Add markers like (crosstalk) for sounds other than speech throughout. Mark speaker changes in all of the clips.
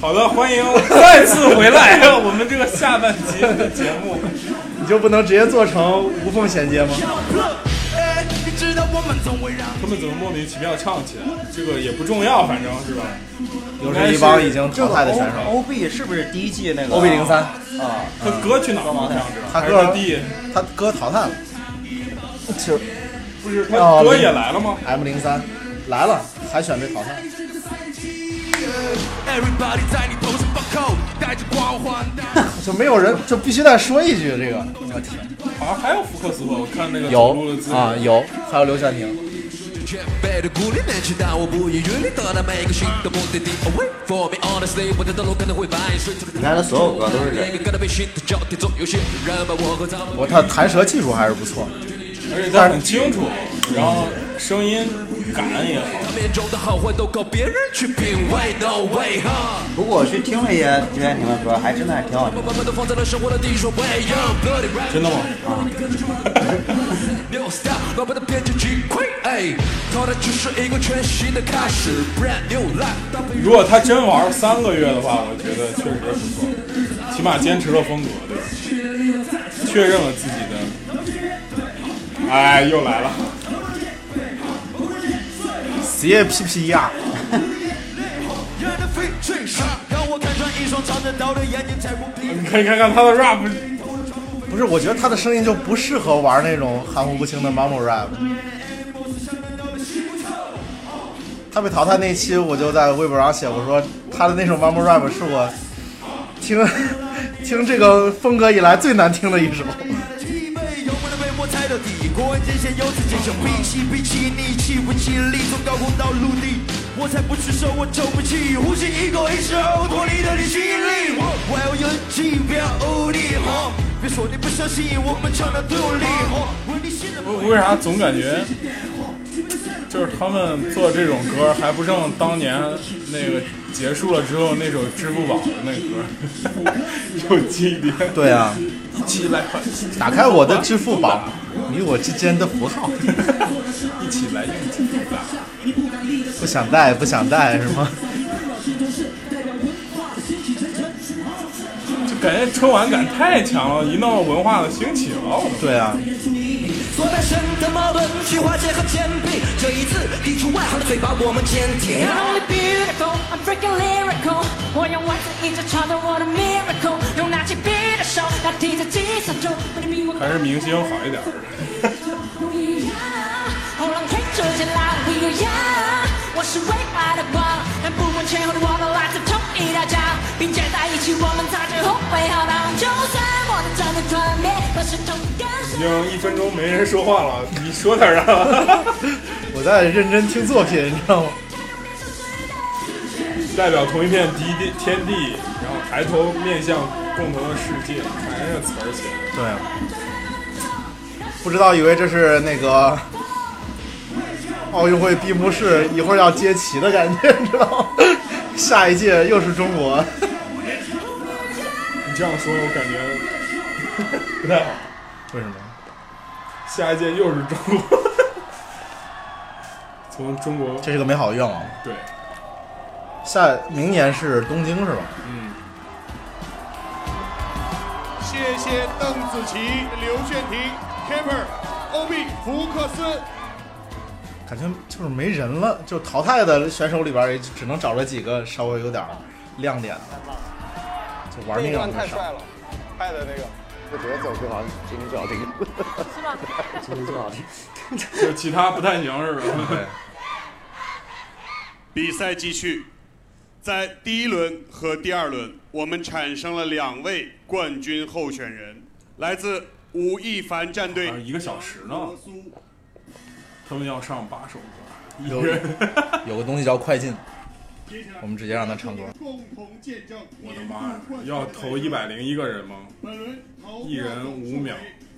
Speaker 1: 好的，欢迎再次回来，我们这个下半集的节目。
Speaker 2: 你就不能直接做成无缝衔接吗？
Speaker 1: 他们怎么莫名其妙唱起来？这个也不重要，反正是吧？
Speaker 2: 又是一帮已经淘汰的选手。
Speaker 3: O B 是不是第一季那个
Speaker 2: OB 零三，
Speaker 3: 啊？
Speaker 1: 他哥去哪儿了？
Speaker 2: 他
Speaker 1: 还是
Speaker 2: 哥
Speaker 1: 他弟？
Speaker 2: 他哥淘汰了。其实
Speaker 1: 不是
Speaker 2: 哦
Speaker 1: 他哥也来了吗？
Speaker 2: M 零三来了，海选被淘汰。
Speaker 4: Everybody 在你头上放扣，带着光环。
Speaker 2: 就没有人，就必须再说一句这个。我天，
Speaker 1: 好像还有福克斯吧？我看那个走路的
Speaker 2: 有
Speaker 1: 姿
Speaker 2: 啊
Speaker 1: 势。
Speaker 2: 有，还有刘晓婷，
Speaker 4: 全被的鼓励面去，但我不遗余力到达每个新的目的地。Away for me, honestly，我的道路可能会蔓延。
Speaker 3: 你看他所有歌都是这
Speaker 4: 一个跟他被新的焦点总有些人把我和他们。
Speaker 2: 我他弹舌技术还是不错。
Speaker 1: 而且他很清楚，然后声音感也好。
Speaker 4: 面中的好坏都靠别人去品味，No way 哈、
Speaker 3: 不过我去听了一些之前听的歌，还真的还挺好听
Speaker 4: 我。慢慢的放在了生活的第一顺位，Young bloody rap。
Speaker 1: 真的吗？
Speaker 4: New style，我们的编辑击溃，哎，淘汰只是一个全新的开始，Brand new life。当被
Speaker 1: 如果他真玩三个月的话，我觉得确实不错，起码坚持了风格，对吧？确认了自己的。哎，又来了。
Speaker 2: C A P P E R，
Speaker 4: 人的飞去杀，让我看上一双长着刀的眼睛，才不必。
Speaker 1: 你可以看看他的 rap，
Speaker 2: 不是，我觉得他的声音就不适合玩那种含糊不清的 mumble rap。他被淘汰那期，我就在微博上写，我说他的那首 mumble rap 是我听 (laughs) 听这个风格以来最难听的一首。
Speaker 4: 体味，有我的被我踩到底，国安界限由此界限，摒弃摒弃逆气不气力，从高空到陆地，我才不去受我臭不气，呼吸一口一吸后脱离的你吸引力，我要勇气，不要无力，哦，别说你不相信，我们强大对立，哦，为你信任。
Speaker 1: 为啥总感觉就是他们做这种歌，还不像当年那个结束了之后那首支付宝的那歌 (laughs) 有记忆点。
Speaker 2: 对啊，
Speaker 1: 一起来，
Speaker 2: 打开我的支付宝，你我之间的符号，
Speaker 1: 一起来用支付宝。
Speaker 2: 不想带，不想带，是吗？
Speaker 1: 就感觉春晚感太强了，一闹文化的兴起了，哦我们
Speaker 2: 对啊，
Speaker 5: 所诞生的矛盾去化解和兼并。这一次，抵触外行的嘴把我们坚挺。
Speaker 6: Not only beautiful, I'm freaking lyrical. 我用文字印着传统我的 miracle，用拿起笔的手，它提着计算中，我的迷雾
Speaker 1: 还是明星好一点。
Speaker 6: 不一样。喉咙吹着起来不一样，我是未来的光，但不问前后的我都来自同一条江，并肩在一起，我们擦肩后会浩荡。就算我的战略团灭，可是同感
Speaker 1: 已
Speaker 6: 受。
Speaker 1: 经一分钟没人说话了，你说点啊啥？ (laughs)
Speaker 2: 我在认真听作品，你知道吗？
Speaker 1: 代表同一片地地天地，然后抬头面向共同的世界，看人家词儿写的。
Speaker 2: 对啊，不知道以为这是那个奥运会闭幕式一会儿要接旗的感觉，你知道吗？下一届又是中国，
Speaker 1: 你这样说，我感觉不太好。
Speaker 2: 为什么？
Speaker 1: 下一届又是中国， (laughs) 从中国
Speaker 2: 这是个美好的愿望。
Speaker 1: 对，
Speaker 2: 下明年是东京是吧？
Speaker 7: 嗯谢谢邓紫棋、刘炫廷、Kepper、OB、福克斯。
Speaker 2: 感觉就是没人了，就淘汰的选手里边也只能找着几个稍微有点亮点的，就玩命啊让他上。
Speaker 7: 了，拍的那个。
Speaker 8: 我觉得这首歌好像今天最好听，
Speaker 6: 是吗？
Speaker 8: 今天最好听。
Speaker 1: 就其他不太行是吧？
Speaker 2: 对，
Speaker 7: 比赛继续，在第一轮和第二轮，我们产生了两位冠军候选人，来自吴亦凡战队
Speaker 1: 啊，一个小时呢，他们要上八首歌，一
Speaker 2: 有
Speaker 1: 人。
Speaker 2: (laughs) 有个东西叫快进，我们直接让他唱歌。
Speaker 7: 共同见证
Speaker 1: (laughs) 我的妈 (laughs) 呀！要投一百零一个人吗？
Speaker 7: 本轮投
Speaker 1: 一人五秒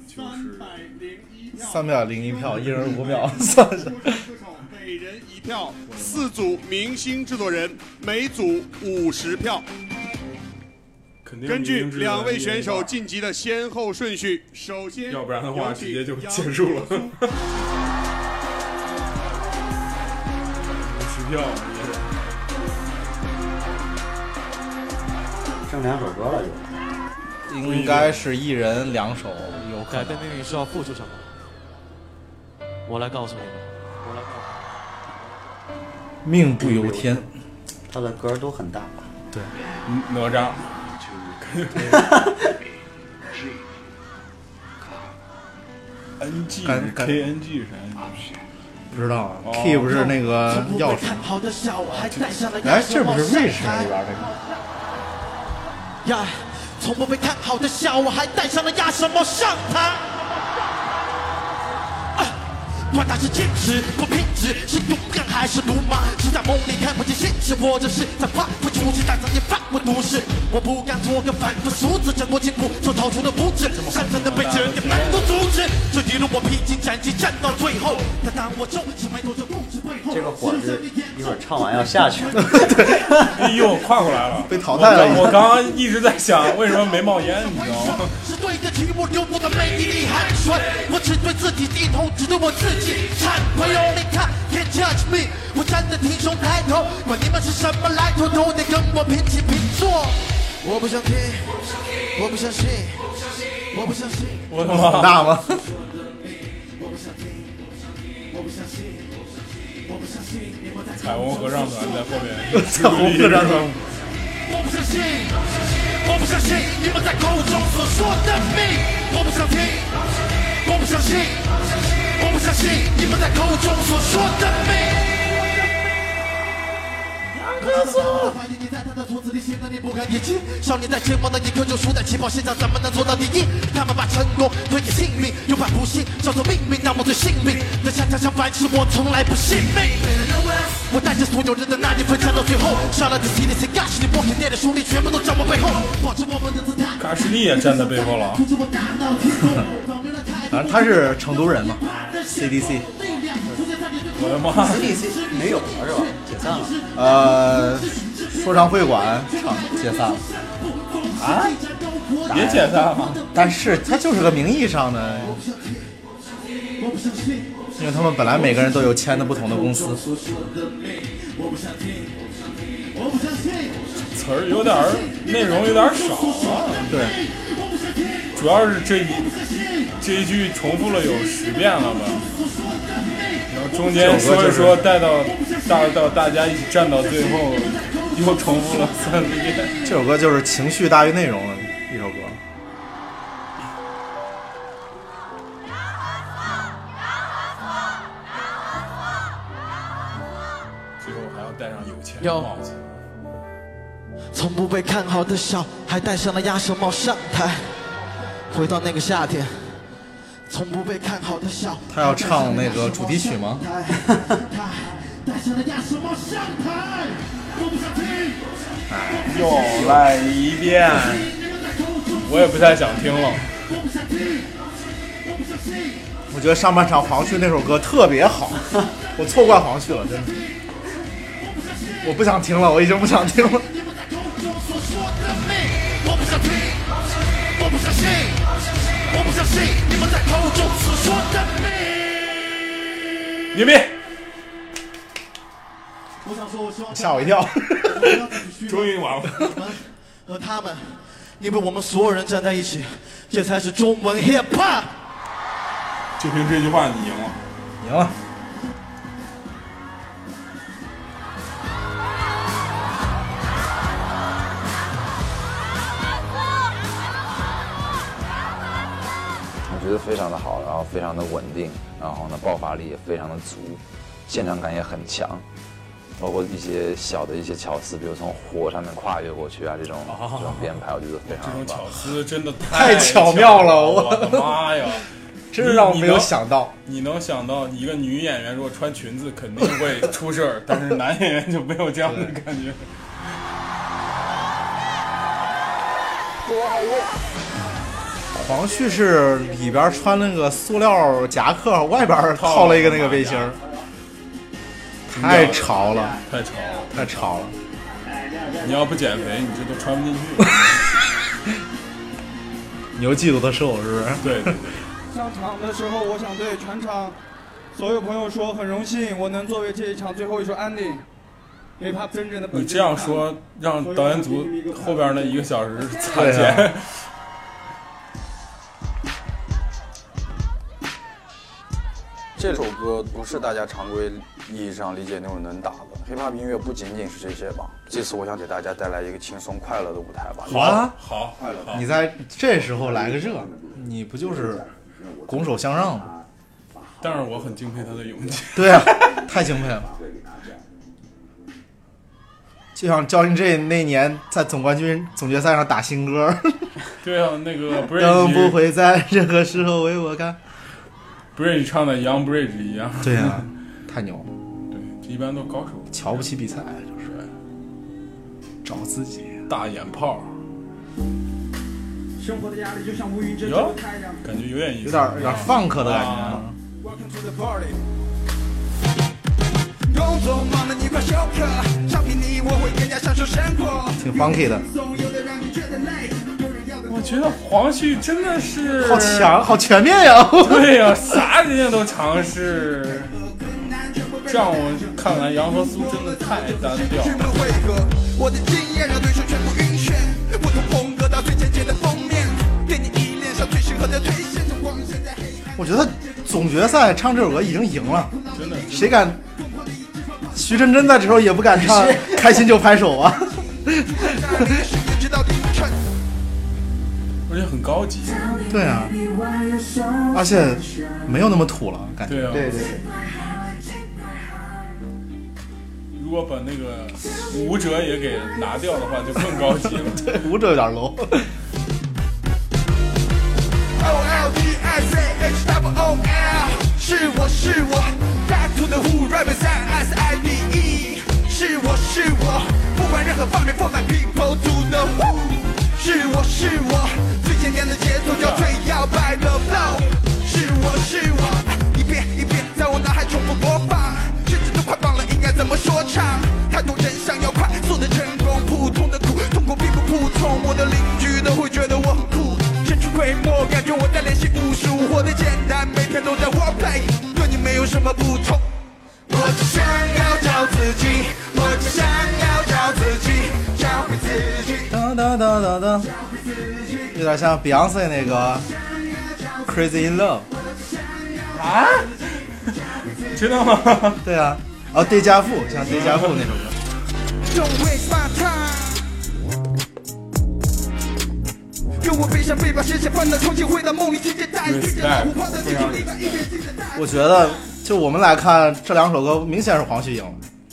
Speaker 1: 就是
Speaker 7: 零一票
Speaker 2: 三秒零一票，一人五秒，算是。
Speaker 7: 每人一票，四组明星制作人，每组五十票。
Speaker 1: 肯定
Speaker 7: 根据
Speaker 1: 明知
Speaker 7: 两位
Speaker 1: 人
Speaker 7: 选手
Speaker 1: 赢
Speaker 7: 晋级的先后顺序，首先
Speaker 1: 要不然的话
Speaker 7: 有请
Speaker 1: 直接就结束了 (laughs)
Speaker 7: 杨紫苏
Speaker 1: 支票也是。
Speaker 3: 剩两首歌了就。
Speaker 2: 应该是一人两首，有可
Speaker 9: 改
Speaker 2: 能
Speaker 9: 变。命运是要付出什么？我来告诉你们，我来告诉你
Speaker 2: 命不由天，
Speaker 3: 他的歌都很大，
Speaker 1: 哪吒，N G
Speaker 2: 感感
Speaker 1: K N G 是啥？
Speaker 2: 不知道啊
Speaker 1: 哦。
Speaker 2: Key (laughs) 不是那个钥匙？
Speaker 4: 好的小我还带上了
Speaker 2: 哎，这不是瑞士那边的吗？
Speaker 4: 呀，从不被看好的笑，我还带上了鸭舌帽上膛。啊管他是坚持不偏执，是勇敢还是鲁莽？是在梦里看不见现实，或者是在发不出去，但曾经犯过毒誓。我不敢做个反复数字，挣脱禁锢，手掏出的不止，擅长的被这人给难都阻止。这一路我披荆斩棘，战到最后。但当我皱起眉头，这故事背后，
Speaker 3: 这个火是一会儿唱完要下去。
Speaker 1: 哎呦，跨过来了，
Speaker 2: 被淘汰了已经
Speaker 1: 我刚我刚刚一直在想，为什么没冒烟，你知道吗？
Speaker 4: 是对得起我流过的每一滴汗水，我只对自己低头，只对我自己忏悔。哦，你看，Can't judge me，我站得挺胸抬头，管你们是什么来头，都得跟我平起平坐。我不想听，我不相信，我不相信，
Speaker 1: 我他妈
Speaker 2: 很大吗？
Speaker 1: 彩虹合唱团在后面，
Speaker 2: (laughs) 彩虹合唱团
Speaker 4: 我不相信，我不相信你们在口中所说的命。我不想听，我不相信，我不相信你们在口中所说的命。怀念你在他的肚子里，现在你不敢也进。少年在前方的一刻就输在起跑线上，怎么能做到第一？他们把成功推给幸运，又把不幸叫做命运，那我最幸运。但恰恰相反，是我从来不信命。我带着所有人的那一份战到最后，杀了自己的谁干是你不肯念的书里全部都在我背后，保持我们的姿态。
Speaker 1: 卡士利也站在背后了。
Speaker 4: 控制我大脑运动
Speaker 2: 反正他是成都人嘛，CDC。
Speaker 1: 我的妈！
Speaker 3: CDC 没有了是吧？解散了。
Speaker 2: 呃，说唱会馆唱解散了，
Speaker 1: 别解散了，
Speaker 2: 但是他就是个名义上的，因为他们本来每个人都有签的不同的公司。
Speaker 1: 词儿有点儿，内容有点儿少啊。
Speaker 2: 对，
Speaker 1: 主要是这一这一句重复了有十遍了吧？然后中间说一说，带到带到大家一起站到最后，又重复了三四遍。
Speaker 2: 这首歌就是情绪大于内容的一首歌。
Speaker 1: 最后还要戴上有钱
Speaker 4: 有
Speaker 1: 的帽子。
Speaker 4: 从不被看好的小孩戴上了鸭舌帽上台，回到那个夏天。从不被看好的小孩
Speaker 2: 他要唱那个主题曲吗
Speaker 4: 戴上了鸭舌帽上台，我不想听。
Speaker 1: 又来一遍，我也不太想听了。
Speaker 2: 我觉得上半场黄旭那首歌特别好，我错怪黄旭了，真的。我不想听了，我已经不想听了。
Speaker 4: 我不想听，我不相信，我不相信你们在口中所说的命。
Speaker 1: 牛逼！
Speaker 4: 我想说，我希望
Speaker 2: 吓我一跳。
Speaker 1: 终于完了。
Speaker 4: 我们和他们，因为我们所有人站在一起，这才是中文 hip hop。
Speaker 1: 就凭这句话，你赢了。
Speaker 2: 赢了，
Speaker 10: 我觉得非常的好，然后非常的稳定，然后呢爆发力也非常的足，现场感也很强，包括一些小的一些巧思，比如从火上面跨越过去啊，这种
Speaker 2: 哦
Speaker 10: 这种编排，我觉得非
Speaker 1: 这
Speaker 10: 常
Speaker 1: 种
Speaker 10: 的棒。
Speaker 1: 巧思真的
Speaker 2: 太巧
Speaker 1: 巧
Speaker 2: 妙了
Speaker 1: 我
Speaker 2: 我
Speaker 1: 的妈呀！
Speaker 2: 真是让我没有想到。
Speaker 1: 你能想到一个女演员如果穿裙子肯定会出事儿，但是男演员就没有这样的感觉。
Speaker 2: 黄旭是里边穿了个塑料夹克，外边套了一个那个背心儿，太潮了，
Speaker 1: 太吵了！
Speaker 2: 太潮了。
Speaker 1: 你要不减肥，你这都穿不进 (laughs) 去。
Speaker 2: 你又嫉妒他瘦是不是？
Speaker 1: 对对对，
Speaker 11: 上场的时候，我想对全场所有朋友说，很荣幸我能作为这一场最后一首 ending。
Speaker 12: 因为他真正的
Speaker 1: 你这样说，让导演组后边那一个小时擦钱。
Speaker 13: 这首歌不是大家常规意义上理解那种能打的，hiphop 音乐不仅仅是这些吧。这次我想给大家带来一个轻松快乐的舞台吧。
Speaker 1: 好，好，快乐。
Speaker 2: 啊你在这时候来个这，你不就是拱手相让吗？
Speaker 1: 但是我很敬佩他的勇气。
Speaker 2: 对啊， (laughs) 太敬佩了。就像 Johnny J 那年在总冠军总决赛上打新 (laughs) 歌。
Speaker 1: 对啊，那
Speaker 2: (laughs)
Speaker 1: 个 Bridge。
Speaker 2: 等不会在任何时候为我干。
Speaker 1: Bridge 唱的《Young Bridge》一样。
Speaker 2: 对呀、啊， (laughs) 太牛了。
Speaker 1: 对，一般都高手。
Speaker 2: 瞧不起比赛就是找自己
Speaker 1: 大眼泡。
Speaker 12: 生活的压力就像乌云遮住太阳，
Speaker 1: 感觉有点意思，哎
Speaker 2: 有点有点 funk 的感觉。啊
Speaker 4: 工作忙了，你快休克，相比你，我会更加享受生活。
Speaker 2: 挺
Speaker 1: 啊
Speaker 2: funky 的。
Speaker 1: 我觉得黄旭真的是
Speaker 2: 好强，好全面呀！ (laughs)
Speaker 1: 对呀、啊，啥人家都尝试。这样我看来，杨和苏真的太单调。
Speaker 4: 我的经验让对手全部晕眩，不同风格到最简洁的封面，对你依恋上最适合的推荐。
Speaker 2: 我觉得总决赛唱这首歌已经赢了，
Speaker 1: 真的。
Speaker 2: 谁敢？徐真真在这时候也不敢
Speaker 1: (laughs)
Speaker 2: 唱，开心就拍手啊。
Speaker 1: 而且很高级，
Speaker 2: 对啊，而且没有那么土了，感
Speaker 1: 觉。对啊，
Speaker 2: 对对。
Speaker 1: 如果把那个舞者也给拿掉的话，就更高级了。
Speaker 2: 对，舞者有点 low。
Speaker 4: 是我是我，Back to the Who rap 三 S I D E，是我是我，不管任何方面，For my people to the Who，是我是我，最经典的节奏叫最摇摆的 flow，是我是我，一遍一遍在我脑海重复播放，甚至都快忘了应该怎么说唱，太多人想要快速的成功，普通的苦，痛苦并不普通，我的邻居都会觉得我很酷。身处规模，感觉我在练习武术，活得简单，每天都在 war play，对你没有什么不同。我只想要找自己，我只想要找自己，找回自己。
Speaker 2: 哒哒哒哒哒，有点像 Beyonce 那个 Crazy in Love。
Speaker 1: 啊？ (laughs) 知道吗？
Speaker 2: (laughs) 对啊，哦，对家父，像对家父那首歌。
Speaker 4: Don't waste my time. 我背上背包，实现烦恼，重新回到梦里，直接带你见到
Speaker 1: 花的
Speaker 2: 我觉得，就我们来看这两首歌，明显是黄旭赢了。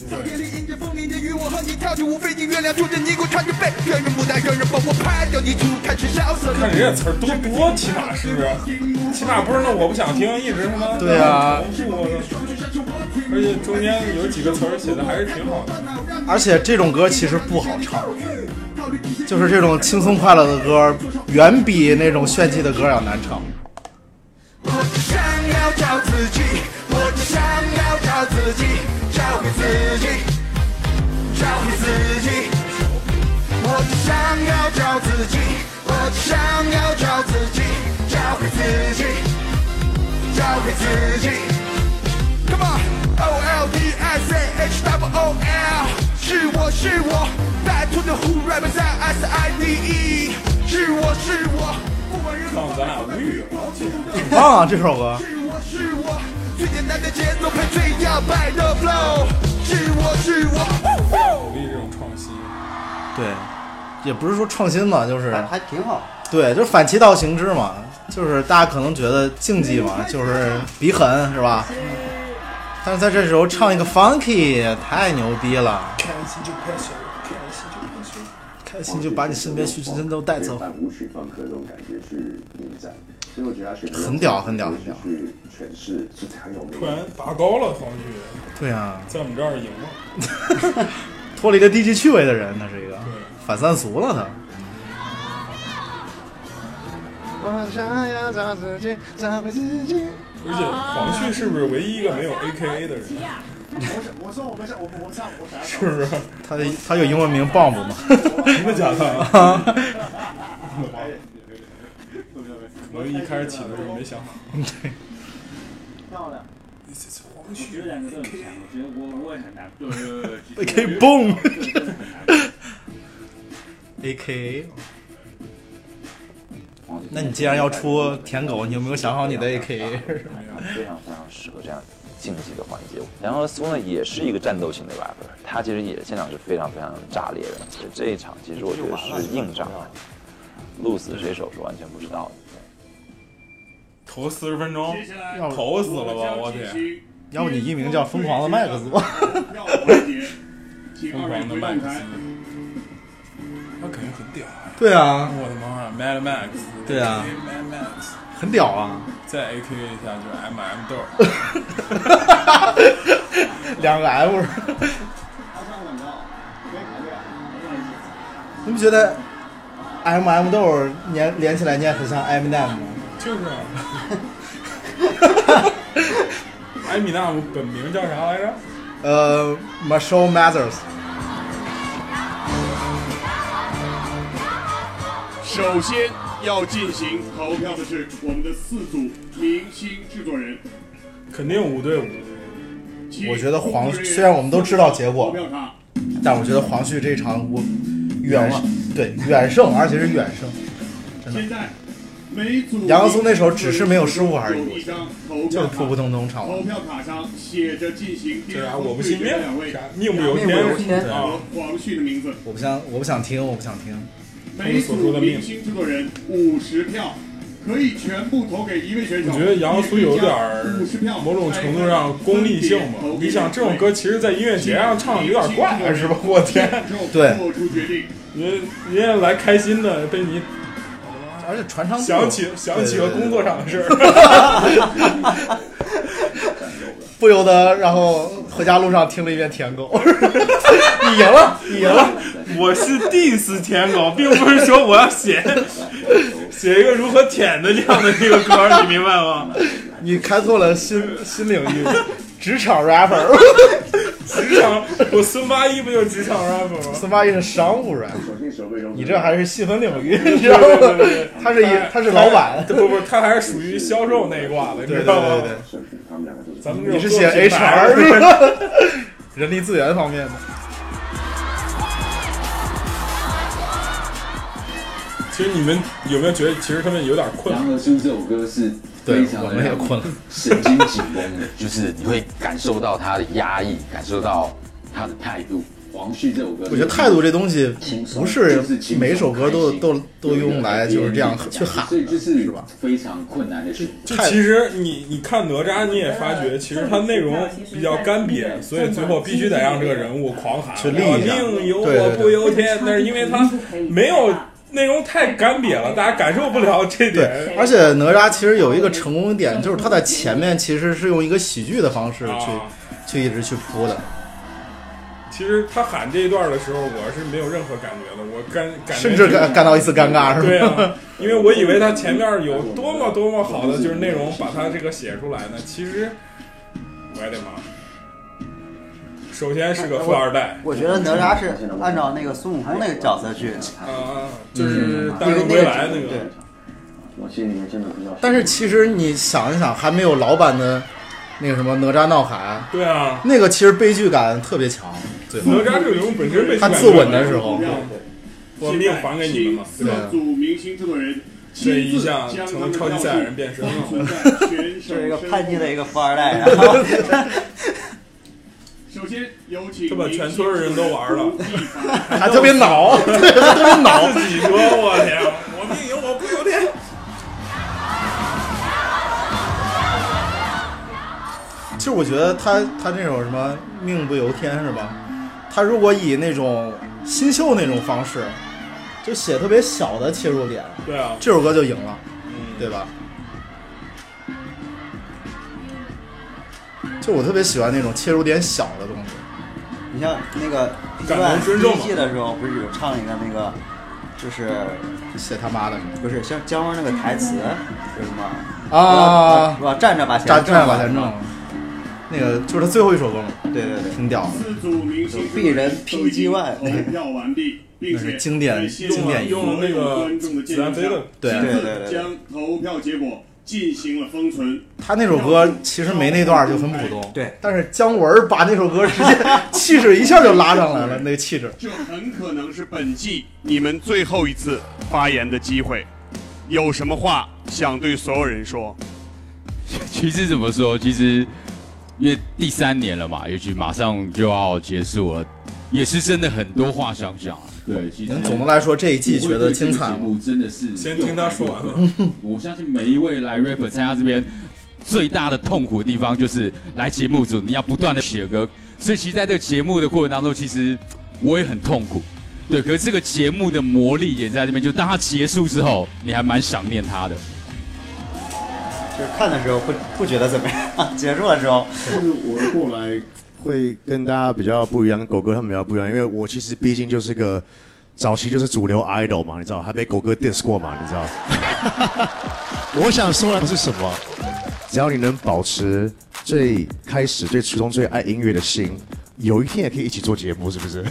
Speaker 4: 草原里迎着风铃的雨，我和你跳着舞，飞进月亮，住着尼姑，穿着被，远远牡丹，远远把我拍掉，泥土开始萧瑟。
Speaker 1: 看人家词儿多多，起码是，起码不是那我不想听，一直他妈
Speaker 2: 对啊，
Speaker 1: 而且中间有几个词儿写的还是挺好的。
Speaker 2: 而且这种歌其实不好唱。就是这种轻松快乐的歌，远比那种炫技的歌要难唱。
Speaker 4: 我只想要找自己，我只想要找自己，找回自己，找回自己。我只想要找自己，我只想要找自己，找回自己，找回自己。Come on，O L D I C H W O L，是我是我。拜托的 Who rap 在 S I D E，是我是我，不管任
Speaker 1: 何。咱俩无语了，
Speaker 2: 挺棒啊这首歌。
Speaker 4: 是我是我，最简单的节奏配最摇摆的 flow，是我是我。
Speaker 1: 鼓励这种创新。
Speaker 2: 对，也不是说创新嘛，就是
Speaker 3: 还挺好。
Speaker 2: 对，就是反其道行之嘛，就是大家可能觉得竞技嘛，就是比狠是吧？但是在这时候唱一个 funky，太牛逼了。开心就把你身边虚掷真都带走，很屌很屌很屌！
Speaker 1: 突然拔高了黄旭，
Speaker 2: 对啊，
Speaker 1: 在我们这儿赢了，
Speaker 2: 脱离一个低级趣味的人，他是一个反三俗了他。
Speaker 1: 我想要找自己，找回自己。而且黄旭是不是唯一一个没有 AKA 的人？
Speaker 14: 我说我们我我上我啥？
Speaker 1: 是不是
Speaker 2: 他的他有英文名 Bomb 吗？
Speaker 1: 真的假的？啊！可能一开始起的时候没想好。
Speaker 2: 对。
Speaker 14: 漂亮。
Speaker 15: 去。我我也很难，对对对对
Speaker 2: A (laughs) K 蹦
Speaker 15: A
Speaker 2: K。那
Speaker 8: 哦
Speaker 2: 你既然要出舔狗，你有没有想好你的 A K？
Speaker 8: 非常非常适合这样竞技的环节。然后苏呢也是一个战斗型的 rapper，他其实也现场是非常非常炸裂的。所以这一场其实我觉得是硬仗，鹿死谁手是完全不知道的。
Speaker 1: 投四十分钟，投死了吧！我天，
Speaker 2: 要不你艺名叫疯狂的麦克斯吧？ (laughs)
Speaker 1: 疯狂的麦克斯，那肯定很屌。
Speaker 2: 对啊，
Speaker 1: 我的妈呀，Mad Max，
Speaker 2: 对啊
Speaker 1: ，Mad Max，
Speaker 2: 很屌啊！
Speaker 1: 再 A K 一下就是 M M 豆，
Speaker 2: 两个 M。你不觉得 M M 豆连连起来念很像 M M 吗？
Speaker 1: 就是啊。 (laughs) 艾米纳姆本名叫啥来着？
Speaker 2: 呃，Marshall Mathers。
Speaker 7: 首先要进行投票的是我们的四组明星制作人，
Speaker 1: 肯定五对五。
Speaker 2: 我觉得黄，虽然我们都知道结果，但我觉得黄旭这一场我远对远胜，而且是远胜，真的。
Speaker 7: 现在每组
Speaker 2: 杨松那首只是没有失误而已，就是
Speaker 7: 普
Speaker 2: 普普通通唱完
Speaker 7: 投。票卡上写着进行第
Speaker 1: 对
Speaker 7: 二
Speaker 1: 啊
Speaker 7: 轮
Speaker 1: 我不
Speaker 7: 对
Speaker 1: 信
Speaker 7: 决的两位
Speaker 1: 啥命不由天命不啊由天
Speaker 7: 和黄旭的名字。
Speaker 2: 我不想，我不想听，我不想听。
Speaker 7: 每组明星制作人五十票，可以全部投给一位选手。
Speaker 1: 我觉得杨苏有点儿
Speaker 7: 五十票，
Speaker 1: 某种程度上功利性吧。你想这种歌其实，在音乐节上唱有点怪，是吧？我天，
Speaker 2: 对
Speaker 7: 做出决定。
Speaker 1: 人人家来开心的，被你
Speaker 2: 而且传唱度
Speaker 1: 想起想起了工作上的事儿。
Speaker 2: 不由得，然后回家路上听了一遍《舔狗》， (laughs) 你赢了，你赢了。
Speaker 1: 我是 diss 舔狗，并不是说我要写 (laughs) 写一个如何舔的这样的一个歌，你明白吗？
Speaker 2: 你开拓了新新领
Speaker 1: (laughs)
Speaker 2: 域，职场 rapper。
Speaker 1: 职场，我孙八一不就是职场 rapper 吗？
Speaker 2: 孙八一是商务 rapper，你这还是细分领域，你知
Speaker 1: 对
Speaker 2: 道
Speaker 1: 对
Speaker 2: 吗
Speaker 1: 对对，？哎
Speaker 2: 他是一他是老板，
Speaker 1: (laughs) 不不，他还是属于销售那一挂的，你
Speaker 2: 对对
Speaker 1: 知道吗？
Speaker 2: 对
Speaker 1: 咱们这
Speaker 2: 你
Speaker 1: 种
Speaker 2: 是写
Speaker 1: 做品牌
Speaker 2: HR 是
Speaker 1: (laughs)
Speaker 2: 吧？人力资源方面的。
Speaker 1: 其实你们有没有觉得，其实他们有点困？
Speaker 16: 然后就是这首歌是非常的让神经紧绷
Speaker 2: (laughs)
Speaker 16: 的，就是你会感受到他的压抑，感受到他的态度。黄旭这首歌，
Speaker 2: 我觉得态度这东西不是每首歌都都都用来就是这样去喊
Speaker 16: 所以就是是吧？非常困难的事。
Speaker 1: 就其实你你看哪吒，你也发觉其实它内容比较干瘪，所以最后必须得让这个人物狂喊“
Speaker 2: 去立
Speaker 1: 我
Speaker 2: 一下
Speaker 1: 命由
Speaker 2: 对对
Speaker 1: 我
Speaker 2: 对
Speaker 1: 不由天”，但是因为它没有内容太干瘪了，大家感受不了这点。
Speaker 2: 对，而且哪吒其实有一个成功点，就是他在前面其实是用一个喜剧的方式去、
Speaker 1: 啊
Speaker 2: 去一直去铺的，
Speaker 1: 其实他喊这一段的时候，我是没有任何感觉的，我感感觉
Speaker 2: 甚至感感到一丝尴尬，是吧？
Speaker 1: 对啊， (laughs) 因为我以为他前面有多么多么好的就是内容，把他这个写出来呢。其实，我的妈！首先是个富二代，
Speaker 3: 我觉得哪吒是按照那个孙悟空那个角色去的，
Speaker 1: 啊，就是
Speaker 3: 嗯
Speaker 1: 大圣归来那个。
Speaker 3: 对
Speaker 16: 我心里面真的不知道。
Speaker 2: 但是其实你想一想，还没有老版的那个什么哪吒闹海，
Speaker 1: 对啊，
Speaker 2: 那个其实悲剧感特别强。最后
Speaker 1: 哪吒这个人物本身被
Speaker 2: 他自刎的时候，
Speaker 1: 我命还给你们嘛，对吧？
Speaker 7: 组明星制作人
Speaker 1: 这一下从超级赛亚人变身了，
Speaker 3: 就是一个叛逆的一个富二代，然后
Speaker 7: 首先有请
Speaker 1: 这把全村人都玩
Speaker 2: (laughs)
Speaker 1: 了，
Speaker 2: (laughs) 还特别恼，对，他特别恼。
Speaker 1: 自己说我天，我命由我不由天。
Speaker 2: (laughs) 其实我觉得他他那首什么“命不由天”是吧？他如果以那种新秀那种方式，就写特别小的切入点，
Speaker 1: 对啊，
Speaker 2: 这首歌就赢了，对吧？就我特别喜欢那种切入点小的东西。
Speaker 3: 你像那个第一
Speaker 2: 感同
Speaker 3: 万
Speaker 2: 身受嘛
Speaker 3: 第一季的时候，不是有唱一个那个，就是
Speaker 2: 写他妈的，
Speaker 3: 不是像姜文那个台词是什么
Speaker 2: 啊
Speaker 3: 我站着把钱
Speaker 2: 站站着把
Speaker 3: 完
Speaker 2: 钱挣了，那个就是他最后一首歌嘛，
Speaker 3: 对对对，
Speaker 2: 挺屌的。
Speaker 7: 四组明星
Speaker 3: 鄙人 PG 万
Speaker 7: 投票完毕，并且
Speaker 2: 那是经典
Speaker 7: 在现
Speaker 2: 经典
Speaker 7: 场
Speaker 2: 用
Speaker 7: 所
Speaker 2: 了
Speaker 7: 有
Speaker 2: 那个
Speaker 7: 观众的见证
Speaker 2: 子弹飞的
Speaker 7: 下，
Speaker 2: 对
Speaker 7: 记者
Speaker 2: 对对对
Speaker 7: 将投票结果进行了封存。
Speaker 2: 他那首歌其实没那段就很普通，
Speaker 3: 对。
Speaker 2: 但是姜文把那首歌直接气质一下就拉上来了，那个气质。
Speaker 7: 这很可能是本季你们最后一次发言的机会，有什么话想对所有人说？
Speaker 17: 其实怎么说，其实因为第三年了嘛，也许马上就要结束了，也是真的很多话想讲啊。对，其实
Speaker 2: 您总的来说这一季觉得精彩吗
Speaker 17: 我会对这个节目真的是
Speaker 1: 先听他说完了。
Speaker 17: 我相信每一位来 rapper 参加这边最大的痛苦的地方，就是来节目组你要不断的写歌，所以其实在这个节目的过程当中，其实我也很痛苦。对，可是这个节目的魔力也在这边，就当它结束之后，你还蛮想念它的。
Speaker 3: 就是看的时候不不觉得怎么样，结束了之后， (laughs)
Speaker 9: 就是我过来会跟大家比较不一样，跟狗哥他们比较不一样，因为我其实毕竟就是个早期就是主流 idol 嘛，你知道，还被狗哥 diss 过嘛，你知
Speaker 14: (laughs)
Speaker 9: 道。我想说的是什么？只要你能保持最开始、最初衷、最爱音乐的心，有一天也可以一起做节目，是不是？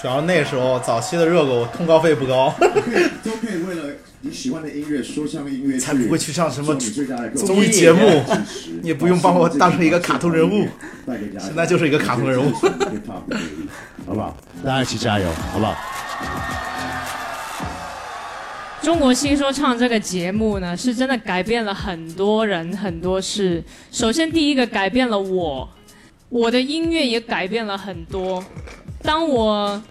Speaker 2: 主要那时候早期的热狗通告费不高，
Speaker 14: 都可以为了你喜欢的音乐、说唱音乐，
Speaker 2: 才不会去上什么
Speaker 14: 做你最大的贡献
Speaker 2: 综艺节目，也不用把我当成一个卡通人
Speaker 9: (laughs)
Speaker 2: 物。现在就是一个卡通人物，
Speaker 9: 好不好？大家一起加油，好不好？
Speaker 18: 中国新说唱这个节目呢，是真的改变了很多人很多事。首先，第一个改变了我，我的音乐也改变了很多。当我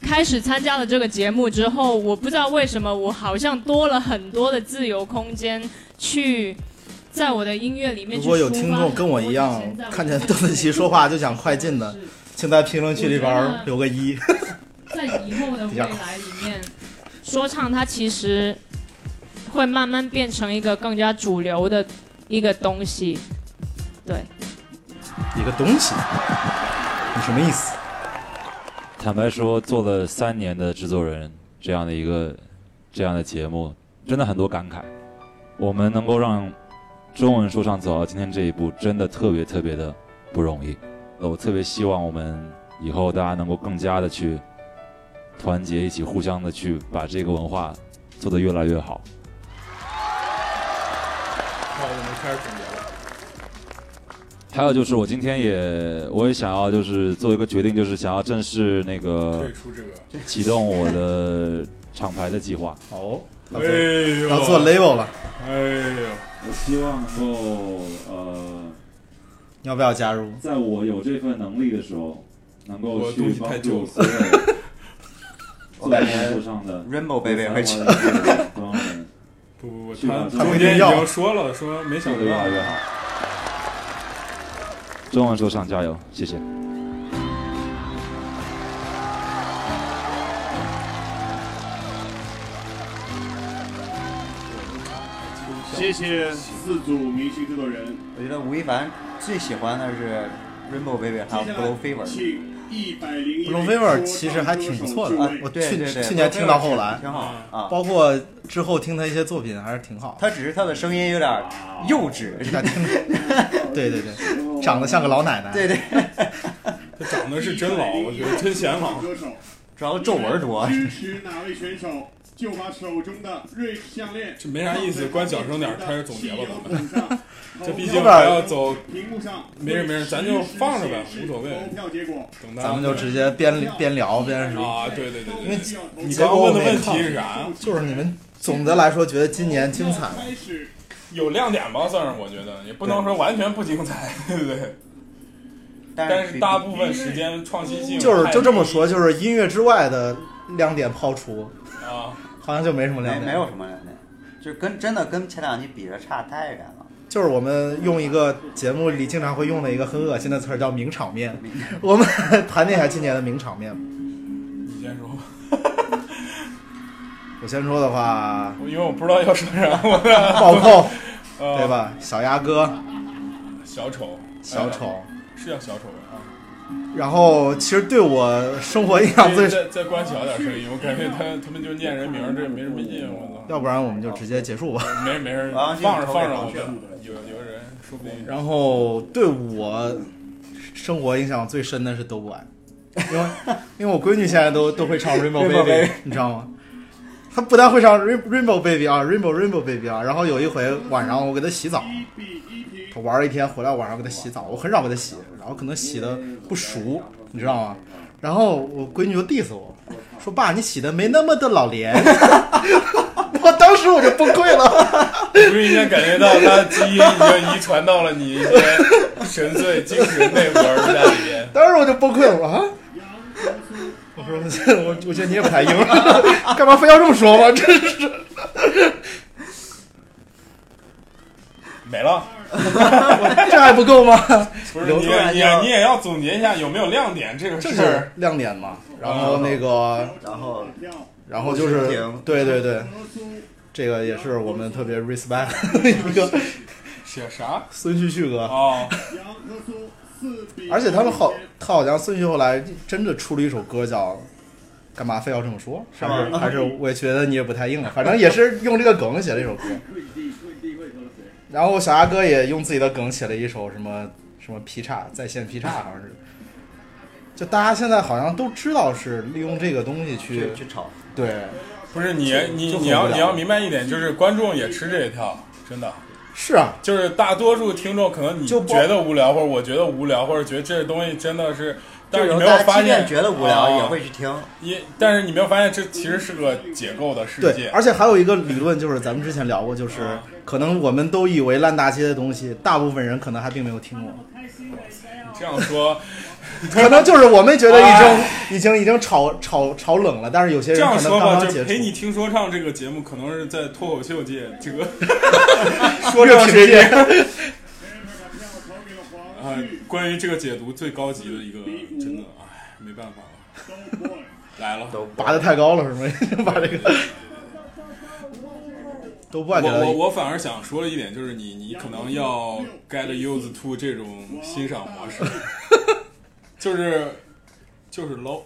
Speaker 18: 开始参加了这个节目之后，我不知道为什么，我好像多了很多的自由空间去。在我的音乐里面
Speaker 2: 如
Speaker 18: 去抒发很多的，
Speaker 2: 果有听众跟我
Speaker 18: (laughs)
Speaker 2: 一样，看见邓紫棋说话就想快进的，请在评论区里边留个一。
Speaker 18: 在以后的未来里面，说唱它其实会慢慢变成一个更加主流的一个东西。对，
Speaker 2: 一个东西，你什么意思？
Speaker 10: 坦白说，做了三年的制作人这样的一个这样的节目，真的很多感慨。我们能够让中文说唱走到今天这一步，真的特别特别的不容易。呃我特别希望我们以后大家能够更加的去团结，一起互相的去把这个文化做得越来越好。
Speaker 1: 好，我们开始总结了。
Speaker 10: 还有就是，我今天也我也想要就是做一个决定，就是想要正式那个
Speaker 1: 退出这个
Speaker 10: 启动我的厂牌的计划。
Speaker 2: 哦，
Speaker 1: 哎呦，
Speaker 2: 要做 label 了，
Speaker 1: 哎呦，
Speaker 10: 我希望够呃，
Speaker 2: 要不要加入？
Speaker 10: 在我有这份能力的时候，能够
Speaker 1: 我
Speaker 10: 去
Speaker 1: 东西太
Speaker 10: 帮
Speaker 1: 旧
Speaker 10: 助
Speaker 1: 了 (laughs)
Speaker 10: 所有
Speaker 3: 我
Speaker 10: 做
Speaker 3: 感
Speaker 10: 在
Speaker 3: 觉
Speaker 10: 工作上的
Speaker 3: Rainbow Baby (laughs) 会去
Speaker 10: 做在工作上的朋友们
Speaker 1: 不不不，
Speaker 10: 去把
Speaker 1: 他
Speaker 10: 这
Speaker 1: 他
Speaker 10: 个
Speaker 1: 中间已经说了，说没想
Speaker 10: 做得
Speaker 1: 到
Speaker 10: 越来越好。中文说唱加油，谢谢。
Speaker 7: 谢谢四组明星制作人。
Speaker 3: 我觉得吴亦凡最喜欢的是 Rainbow Baby 还有
Speaker 7: 接
Speaker 3: Blow
Speaker 7: 下
Speaker 3: Fever
Speaker 7: 来。请一百零一
Speaker 2: Blow Fever 其实还挺不错的，
Speaker 3: 啊
Speaker 2: 我
Speaker 3: 对
Speaker 2: 去
Speaker 3: 对对
Speaker 2: 去年听到后
Speaker 3: Blow
Speaker 2: 来
Speaker 3: Fever 挺好啊
Speaker 2: 包括之后听他一些作品还是挺好。
Speaker 3: 他只是他的声音有点幼稚，
Speaker 2: 啊对对对，长得像个老奶奶。
Speaker 3: 对对， (laughs)
Speaker 1: 他长得是真老，我觉得真显老。
Speaker 7: 歌手，
Speaker 3: 主要皱纹多。啊
Speaker 7: 支持哪位选手，就把手中的瑞士项链。
Speaker 1: 这没啥意思，关小声点，开始总结了。我们 (laughs) 这毕
Speaker 7: 有
Speaker 1: 竟
Speaker 7: 点
Speaker 1: 还要走，
Speaker 7: 屏幕上
Speaker 1: 没事没事，咱就放着呗，无所谓。
Speaker 7: 投票结果，
Speaker 1: 等
Speaker 2: 咱们就直接边边聊边说
Speaker 1: 啊，对对对对，
Speaker 2: 因为
Speaker 1: 你
Speaker 2: 结
Speaker 1: 刚刚
Speaker 2: 果我
Speaker 1: 问的
Speaker 2: 没
Speaker 1: 问
Speaker 2: 看
Speaker 1: 题是啥？
Speaker 2: 就是你们总的来说觉得今年精彩，
Speaker 7: 开始
Speaker 1: 有亮点吧，算是我觉得，也不能说完全不精彩， (laughs) 对不对？但是大部分时间创新性
Speaker 2: 就是
Speaker 1: 太
Speaker 2: 就这么说，就是音乐之外的亮点抛除，
Speaker 1: 啊，
Speaker 2: 好像就没什么亮
Speaker 3: 没
Speaker 2: 点，
Speaker 3: 没有什么亮点，就跟真的跟前两季比着差太远了。
Speaker 2: 就是我们用一个节目里经常会用的一个很恶心的词儿叫名场面，我们盘点一下今年的名场面吧。
Speaker 1: 你先说吧，
Speaker 2: 我先说的话，
Speaker 1: 因为我不知道要说啥，我
Speaker 2: 暴扣，
Speaker 1: 呃
Speaker 2: 对吧？小鸭哥，
Speaker 1: (laughs) 小丑，
Speaker 2: 小丑
Speaker 1: 哎是叫小丑吧？啊。
Speaker 2: 然后其实对我生活影响最，
Speaker 1: 再再关小点声音，我感觉他他们就念人名儿，这没什么劲，我操。
Speaker 2: 要不然我们就直接结束吧。
Speaker 1: 没没人
Speaker 3: 啊
Speaker 1: 放着
Speaker 3: 这个头
Speaker 1: 放
Speaker 3: 给
Speaker 1: 着，
Speaker 3: 黄
Speaker 1: 我
Speaker 3: 轩
Speaker 1: 看有有人说不定。
Speaker 2: 然后对我生活影响最深的是都 (laughs) 不爱，因为因为我闺女现在都都会唱 Rainbow
Speaker 3: Rainbow
Speaker 2: Baby，
Speaker 3: Baby
Speaker 2: 你知道吗？他不但会唱 Rain- Rainbow Baby 啊，Rainbow Rainbow Baby 啊，然后有一回晚上我给他洗澡，他玩了一天回来晚上给他洗澡，我很少给他洗，然后可能洗的不熟，你知道吗？然后我闺女就 diss 我说：“爸，你洗的没那么的老练。” (laughs) 我当时我就崩溃了。
Speaker 1: 你不是已经感觉到他基因已经遗传到了你一些神邃精神内核在里面？
Speaker 2: 当时我就崩溃了，我说啊，我说 (laughs) 我我觉得你也不太硬，啊干嘛非要这么说嘛？真是，
Speaker 1: 没了
Speaker 2: 这还不够吗？
Speaker 1: 不是
Speaker 2: 留
Speaker 1: 你
Speaker 2: 出
Speaker 1: 也你
Speaker 2: 来就
Speaker 1: 也你也要总结一下有没有亮点这个
Speaker 2: 这
Speaker 1: 事
Speaker 2: 是
Speaker 1: 儿。
Speaker 2: 亮点嘛？然后那
Speaker 1: 啊
Speaker 2: 个，
Speaker 3: 然后
Speaker 2: 然后就是
Speaker 3: 郭婷
Speaker 2: 对对对，这个也是我们特别 respect 的一个
Speaker 1: 写啥？
Speaker 2: 孙旭旭哥
Speaker 1: 哦，
Speaker 2: 而且他们好，他好像孙旭后来真的出了一首歌叫《干嘛非要这么说》，
Speaker 3: 是吗
Speaker 2: 还还是我也觉得你也不太硬了，反正也是用这个梗写了一首歌。然后小鸭哥也用自己的梗写了一首什么什么劈叉在线劈叉，好像是。就大家现在好像都知道是利用这个东西去
Speaker 3: 去炒，
Speaker 2: 对，
Speaker 1: 不是你你
Speaker 2: 就很
Speaker 1: 你要
Speaker 2: 无聊
Speaker 1: 你要明白一点，就是观众也吃这一套，真的。
Speaker 2: 是啊，
Speaker 1: 就是大多数听众可能你觉得无聊，或者我觉得无聊，或者觉得这东西真的是，但是你没有发
Speaker 3: 即便
Speaker 1: 现
Speaker 3: 觉得无聊也会
Speaker 1: 啊
Speaker 3: 去听。
Speaker 1: 也，但是你没有发现这其实是个解构的世
Speaker 2: 对，
Speaker 1: 界，
Speaker 2: 而且还有一个理论就是咱们之前聊过，就是可能我们都以为烂大街的东西，大部分人可能还并没有听过。，
Speaker 1: 这样说
Speaker 2: 可能就是我们觉得已经已经已经炒炒炒冷了，但是有些
Speaker 1: 哎这
Speaker 2: 人
Speaker 1: 样
Speaker 2: 可能
Speaker 1: 说
Speaker 2: 刚
Speaker 1: 吧，
Speaker 2: 刚
Speaker 1: 就
Speaker 2: 接
Speaker 1: 是
Speaker 2: 触
Speaker 1: 陪。
Speaker 2: (laughs)
Speaker 1: 你听说唱这个节目，可能是在脱口秀界这个 (laughs) 唱
Speaker 2: 说乐评
Speaker 1: 世界
Speaker 2: 界
Speaker 1: 啊，关于这个解读最高级的一个，真的，唉，没办法了，来了，
Speaker 2: 拔得太高了是 (laughs) 吗？把
Speaker 1: (laughs)
Speaker 2: 这个都不爱给他
Speaker 1: 我我我反而想说的一点就是你，你可能要 get used to 这种欣赏模
Speaker 2: (laughs)
Speaker 1: 式，就是就是 low，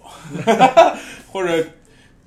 Speaker 1: 或者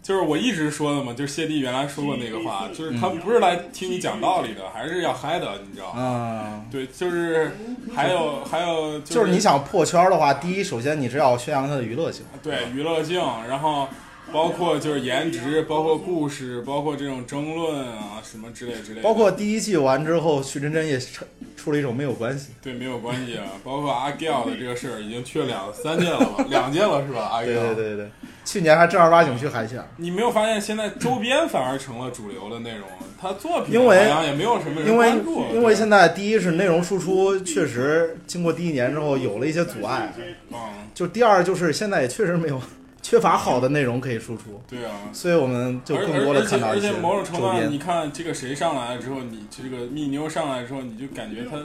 Speaker 1: 就是我一直说的嘛，就是谢帝原来说过那个话，就是他
Speaker 2: 嗯
Speaker 1: 不是来听你讲道理的，还是要嗨的，你知道吗？
Speaker 2: 啊。
Speaker 1: 对，就是还有还有
Speaker 2: 就是你想破圈的话，第一，首先你是要宣扬它的娱乐性，
Speaker 1: 对娱乐性，然后包括就是颜值，包括故事，包括这种争论啊什么之类之类的，
Speaker 2: 包括第一季完之后，徐真真也出出了一首没有关系，
Speaker 1: 对，没有关系啊。包括阿 Giao 的这个事儿，已经去了两三届了吧？两届了是吧？阿 Giao，
Speaker 2: 对对对对，去年还正儿八经去海选，
Speaker 1: 你没有发现现在周边反而成了主流的内容？他作品
Speaker 2: 因为
Speaker 1: 好像也没有什么人
Speaker 2: 因为
Speaker 1: 关注。啊
Speaker 2: 因为现在第一是内容输出确实经过第一年之后有了一些阻碍，
Speaker 1: 嗯，
Speaker 2: 就第二就是现在也确实没有缺乏好的内容可以输出，
Speaker 1: 对啊，
Speaker 2: 所以我们就
Speaker 1: 而
Speaker 2: 更多的
Speaker 1: 而
Speaker 2: 看到
Speaker 1: 而
Speaker 2: 一
Speaker 1: 且
Speaker 2: 些
Speaker 1: 而且某种程度
Speaker 2: 周
Speaker 1: 上，你
Speaker 2: 边。
Speaker 1: 看这个谁上来了之后，你这个蜜妞上来之后，你就感觉他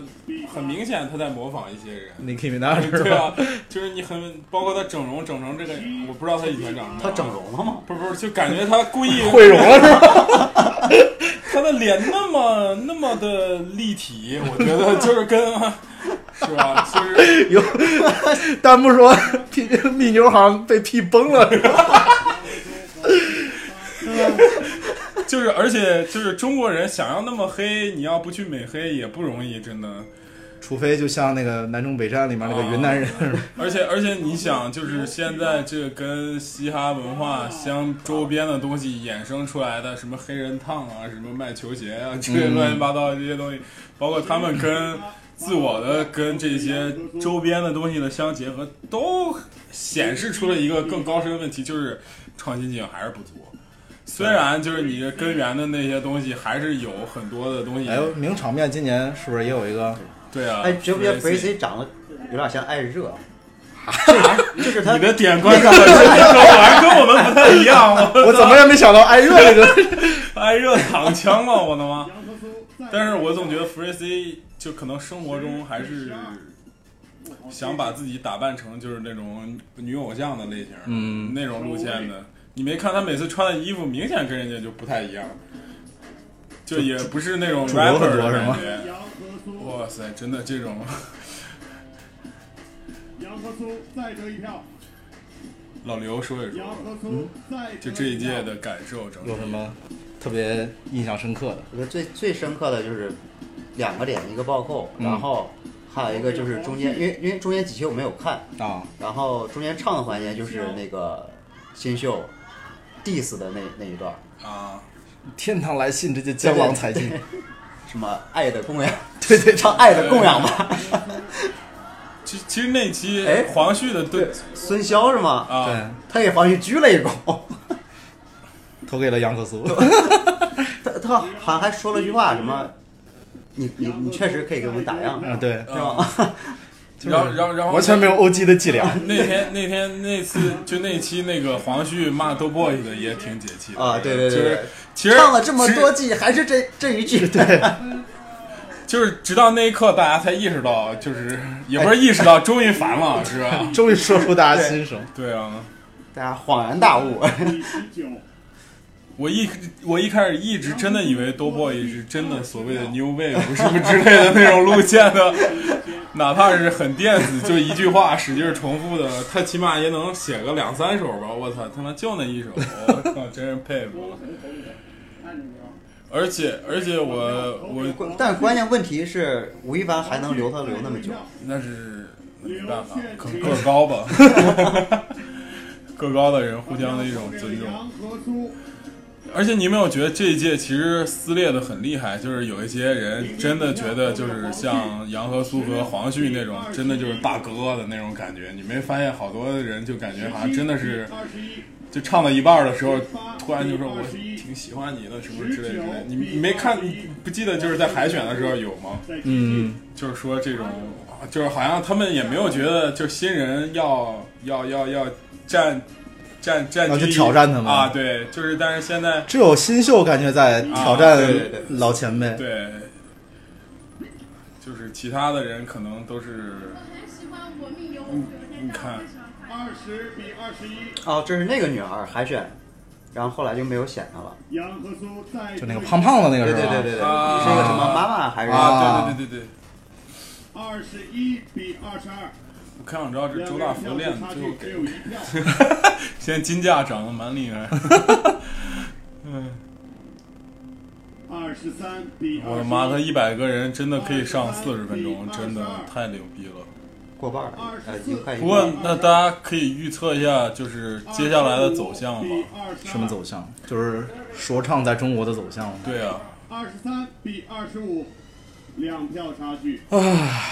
Speaker 1: 很明显他在模仿一些人。
Speaker 2: Nicki Minaj (laughs) 是吧
Speaker 1: 对啊，就是你很包括他整容整成这个，我不知道他以前长什么样。他整
Speaker 3: 容了吗？
Speaker 1: 不是不是，就感觉他故
Speaker 2: (laughs)
Speaker 1: 意
Speaker 2: 毁容了是
Speaker 1: 吧？他的脸那么那么的立体，我觉得就是跟是吧？就是
Speaker 2: 有 (laughs) 弹幕说 (laughs) P 蜜妞好像被 P 崩了，是吧？
Speaker 1: 就是，而且就是中国人想要那么黑，你要不去美黑也不容易，真的。
Speaker 2: 除非就像那个《南征北战》里面那个云
Speaker 1: (laughs)
Speaker 2: 南人，
Speaker 1: 而且而且你想，就是现在这跟嘻哈文化相周边的东西衍生出来的，什么黑人烫啊，什么卖球鞋啊，这些
Speaker 2: 嗯
Speaker 1: 乱七八糟的这些东西，包括他们跟自我的跟这些周边的东西的相结合，都显示出了一个更高深的问题，就是创新性 (laughs) 还是不足。虽然就是你的根源的那些东西，还是有很多的东西。
Speaker 2: 哎呦，名场面今年是不是也有一个？
Speaker 1: 对啊，
Speaker 3: 哎，觉不觉得
Speaker 1: Brazy
Speaker 3: Brazy 长得有点像艾
Speaker 1: (laughs)
Speaker 3: 热？
Speaker 1: 就是他，你的点关上了，这个玩意儿跟我们不太一样。哦
Speaker 2: 我怎么也没想到哎艾热
Speaker 1: (laughs)
Speaker 2: 这
Speaker 1: 个，艾热躺枪了，我的妈！但是我总觉得 Freezy 就可能生活中还是想把自己打扮成就是那种女偶像的类型，
Speaker 2: 嗯
Speaker 1: 那种路线的。你没看他每次穿的衣服，明显跟人家就不太一样，就也不是那种
Speaker 2: 主流
Speaker 1: rapper
Speaker 2: 很
Speaker 1: 的
Speaker 2: 多
Speaker 1: 感
Speaker 2: 是吗
Speaker 1: 觉。哇塞，真的这种。
Speaker 14: 杨和苏再得一票，
Speaker 1: 老刘说一说吧，嗯就这一届的感受，整体
Speaker 2: 有什么特别印象深刻的？
Speaker 3: 我觉得最最深刻的就是两个点，一个暴扣，
Speaker 2: 嗯
Speaker 3: 然后还有一个就是中间，因为因为中间几期我没有看
Speaker 2: 啊，
Speaker 3: 然后中间唱的环节就是那个新秀 diss 的那那一段
Speaker 2: 啊，天堂来信直接江郎才尽，
Speaker 3: 什么爱的
Speaker 1: (laughs)
Speaker 3: 供养，对对， (laughs) 唱爱的供养吧。
Speaker 1: 其其实那期
Speaker 3: 哎
Speaker 1: 黄旭的对
Speaker 3: 孙骁是吗？
Speaker 1: 对，
Speaker 3: 他给黄旭鞠了一躬，
Speaker 2: 投给了杨可苏。 (laughs)
Speaker 3: 他 (laughs) 他好像还说了句话，什么？你你你确实可以给我们打样
Speaker 2: 啊对
Speaker 3: (laughs) 是吗？
Speaker 1: 然后然后然后
Speaker 2: 完全没有 OG 的伎俩。
Speaker 1: 那天那天那次就那期那个黄旭骂豆 boy 的也挺解气的
Speaker 3: 啊对对对
Speaker 1: 就是
Speaker 3: 对
Speaker 1: 其实
Speaker 3: 唱了这么多季，还是
Speaker 2: (laughs)
Speaker 3: 这这一句对。
Speaker 1: 就是直到那一刻，大家才意识到，就是也
Speaker 3: 哎
Speaker 1: 不是意识到，终于烦了，是
Speaker 3: (laughs)
Speaker 1: 吧？
Speaker 2: 终于说出大家心声。
Speaker 1: 对啊，
Speaker 3: (laughs) 大家恍然大悟。 (laughs)
Speaker 1: 我一我一开始一直真的以为多 boy 是真的所谓的 new wave 什么之类的那种路线 (laughs) 的，哪怕是很电子，就一句话使劲重复的，他起码也能写个两三首吧。我操，他妈就那一首，我 (laughs) 靠，真是佩服了。而且而且我我，
Speaker 3: 但关键问题是，吴亦凡还能留他留那么久？
Speaker 1: 那是没办法，个个高吧， (laughs) 个高的人互相的一种尊重。而且你有没有觉得这一届其实撕裂的很厉害？就是有一些人真的觉得，就是像杨和苏和黄旭那种，真的就是大哥的那种感觉。你没发现好多人就感觉好像真的是，就唱到一半的时候，突然就说我挺喜欢你的，什么之类之类的。你你没看你不记得就是在海选的时候有吗？
Speaker 2: 嗯，
Speaker 1: 就是说这种，就是好像他们也没有觉得，就新人要要要要占占占
Speaker 2: 要去
Speaker 1: 据一
Speaker 2: 挑战他们
Speaker 1: 啊，对，就是但是现在
Speaker 2: 只有新秀感觉在挑
Speaker 1: 啊
Speaker 2: 战
Speaker 1: 对对对
Speaker 2: 老前辈。
Speaker 1: 对，就是其他的人可能都是，你你看，
Speaker 12: 二十比二十一，
Speaker 3: 哦，这是那个女孩海选，然后后来就没有选她了。
Speaker 12: 杨和苏在
Speaker 2: 就那个胖胖的那个
Speaker 3: 对
Speaker 2: 是吧
Speaker 3: 对对对对，是
Speaker 2: 啊
Speaker 3: 那个什么妈妈还是？
Speaker 1: 啊，对对对对对，
Speaker 12: 二十一比二十二，
Speaker 1: 我看想知道这周大福练的最后给 (laughs)
Speaker 12: 两个人票差距只有一，
Speaker 1: 现在金价涨得蛮厉害，嗯，
Speaker 12: 二十三比
Speaker 1: (laughs) 我的妈，他一百个人真的可以上四十分钟，真的太牛逼了。
Speaker 3: 过半了，呃，已经快一
Speaker 1: 不过，那大家可以预测一下，就是接下来的走向吧。
Speaker 2: 什么走向？就是说唱在中国的走向吗？
Speaker 1: 对啊，
Speaker 12: 二十三比二十五，两票差距。
Speaker 1: 哎
Speaker 2: 唉，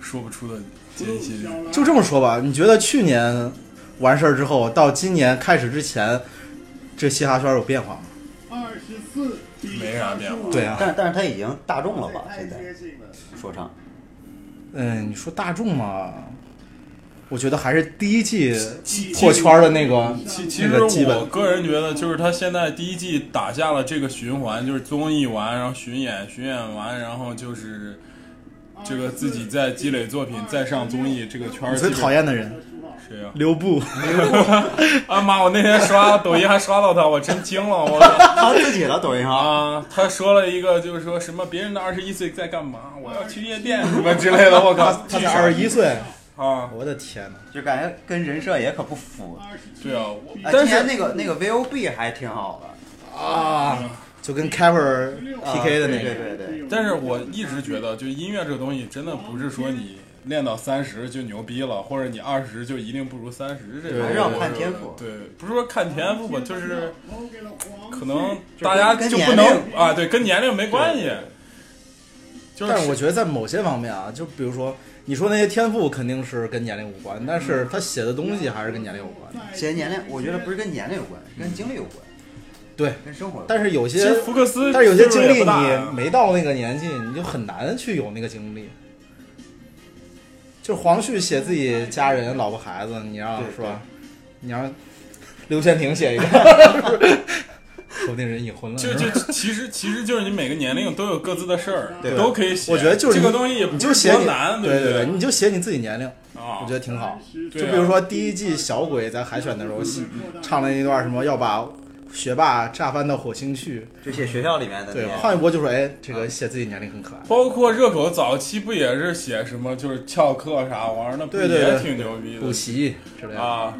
Speaker 1: 说不出的艰辛。
Speaker 2: 就这么说吧，你觉得去年完事儿之后，到今年开始之前，这嘻哈圈有变化吗？
Speaker 12: 二十四比
Speaker 1: 没啥变化
Speaker 2: 对啊
Speaker 3: 但但是她已经大众了吧？现在说
Speaker 2: (laughs)
Speaker 3: 唱，
Speaker 2: 嗯，你说大众嘛，我觉得还是第一季破圈儿的那个
Speaker 1: 其其
Speaker 2: 那
Speaker 1: 实
Speaker 2: 个基
Speaker 1: 我
Speaker 2: 本。
Speaker 1: 个人觉得，就是他现在第一季打下了这个循环，就是综艺完，然后巡演，巡演完，然后就是这个自己再积累作品，再上综艺，这个圈儿
Speaker 2: 你最
Speaker 1: 基本
Speaker 2: 讨厌的人
Speaker 1: 谁呀、
Speaker 2: 刘步，
Speaker 1: 啊妈！我那天刷抖音还刷到他，我真惊了，我他
Speaker 3: 自己了抖音
Speaker 1: 啊！他说了一个，就是说什么别人的二十一岁在干嘛，我要去夜店什么之类的，我
Speaker 3: (laughs)
Speaker 1: 靠！
Speaker 2: 他才二十一岁
Speaker 1: 啊！
Speaker 2: 我的天哪，
Speaker 3: 就感觉跟人设也可不符。
Speaker 1: 对啊，
Speaker 3: 哎
Speaker 2: 但
Speaker 3: 今
Speaker 2: 是
Speaker 3: 年那个那个 V O B 还挺好的
Speaker 2: 啊，就跟 Cover PK 的那个，
Speaker 3: 啊对对对。
Speaker 1: 但是我一直觉得，就音乐这个东西，真的不是说你练到三十就牛逼了，或者你二十就一定不如三十，这个
Speaker 3: 还是要看天赋
Speaker 1: 对，不是说看天赋吧，就是可能
Speaker 2: 就是
Speaker 1: 大家
Speaker 2: 跟
Speaker 1: 就不
Speaker 2: 年
Speaker 1: 能
Speaker 2: 龄
Speaker 1: 啊，对，跟年龄没关系。就是
Speaker 2: 但是我觉得在某些方面啊，就比如说你说那些天赋肯定是跟年龄无关，但是他写的东西还是跟年龄有关。
Speaker 3: 写年龄，我觉得不是跟年龄有关，跟经历有关，
Speaker 2: 对，
Speaker 3: 跟生活有关。
Speaker 2: 但是有
Speaker 3: 其
Speaker 2: 些
Speaker 3: 实福克斯
Speaker 2: 但是有些经
Speaker 3: 岁数
Speaker 2: 历
Speaker 3: 也不大呀
Speaker 2: 你没到那个年纪，你就很难去有那个经历。就是黄旭写自己家人、老婆、孩子，你让
Speaker 3: 对
Speaker 2: 是吧？你让刘宪廷写一个，是不是说不定人已婚了。
Speaker 1: 就是就
Speaker 2: 吧
Speaker 1: 其实其实就是你每个年龄都有各自的事儿，
Speaker 2: 对
Speaker 1: 都可以写。
Speaker 2: 我觉得就是
Speaker 1: 这
Speaker 2: 你
Speaker 1: 个东西也
Speaker 2: 你
Speaker 1: 不
Speaker 2: 就是写
Speaker 1: 多
Speaker 2: 你
Speaker 1: 难，
Speaker 2: 对
Speaker 1: 不
Speaker 2: 对，你就写你自己年龄，
Speaker 1: 啊
Speaker 2: 我觉得挺好。
Speaker 1: 对
Speaker 2: 就
Speaker 1: 啊嗯
Speaker 2: 比如说第一季小鬼在海选的时候写唱了一段什么要把学霸炸翻到火星去，
Speaker 3: 就写学校里面的那
Speaker 2: 对
Speaker 3: 些，
Speaker 2: 换一波就说哎，这个写自己年龄很可爱。
Speaker 1: 包括热狗早期不也是写什么就是翘课啥玩意儿，那不
Speaker 2: 对对
Speaker 1: 也
Speaker 2: 对
Speaker 1: 挺牛逼的？
Speaker 2: 补习之类的
Speaker 1: 啊，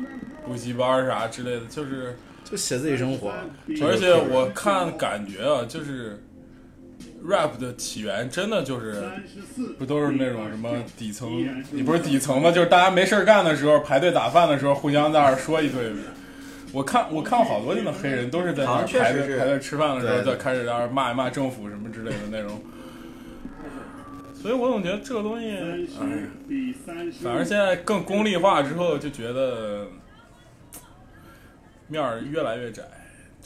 Speaker 1: 补习班儿啥之类的，就是
Speaker 2: 就写自己生活。
Speaker 1: 而且我看感觉啊，就是 rap 的起源真的就是不都是那种什么底层，也不是底层吧，就是大家没事儿干的时候排队打饭的时候互相在那儿说一堆。我看我看好多那种黑人都是在那
Speaker 3: 好
Speaker 1: 儿
Speaker 3: 像确
Speaker 1: 排
Speaker 3: 实
Speaker 1: 队
Speaker 3: 是
Speaker 1: 排队吃饭的时候，
Speaker 3: 对对
Speaker 1: 在开始在那儿骂一骂政府什么之类的那种。所以我总觉得这个东西，哎，
Speaker 12: 比三十
Speaker 1: 反正现在更功利化之后，就觉得面儿越来越窄，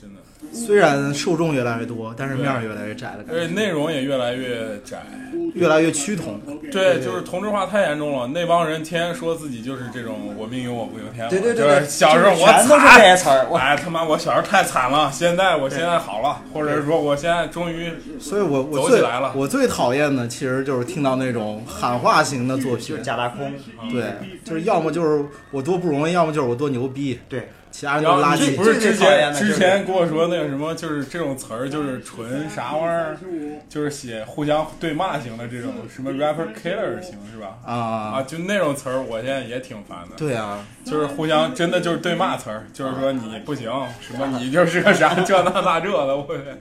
Speaker 1: 真的。
Speaker 2: 虽然受众越来越多，但是面儿越来越窄了，感
Speaker 1: 而且
Speaker 2: 觉
Speaker 1: 内容也越来越窄，
Speaker 2: 越来越趋同。
Speaker 1: (laughs) 对，就是同质化太严重了。那帮人天天说自己就是这种“我命由我不由天”嘛，
Speaker 3: 对对对
Speaker 1: 就
Speaker 3: 对
Speaker 1: 是小时候我
Speaker 3: 全都是
Speaker 1: 惨
Speaker 3: 这些词儿
Speaker 1: 哎他妈我小时候太惨了，现在我现在好了，或者是说我现在终于
Speaker 2: 所以我我
Speaker 1: 走起
Speaker 2: 最
Speaker 1: 来了。
Speaker 2: 我最讨厌的其实就是听到那种喊话型的作品，就是
Speaker 3: 假大空。
Speaker 2: 对，就是要么就是我多不容易，要么就是我多牛逼。
Speaker 3: 对，
Speaker 2: 其他人
Speaker 1: 然
Speaker 2: 都
Speaker 1: 后
Speaker 2: 是垃
Speaker 1: 你
Speaker 2: 圾。
Speaker 1: 不是之前之前跟我说那个什么，就是这种词儿，就是纯啥玩意儿，就是写互相对骂型的这种，什么 rapper killer 型是吧？
Speaker 2: 啊
Speaker 1: 啊，就那种词儿，我现在也挺烦的。
Speaker 2: 对啊，
Speaker 1: 就是互相真的就是对骂词儿，就是说你不行，什么你就是个啥这那那这的，我觉得，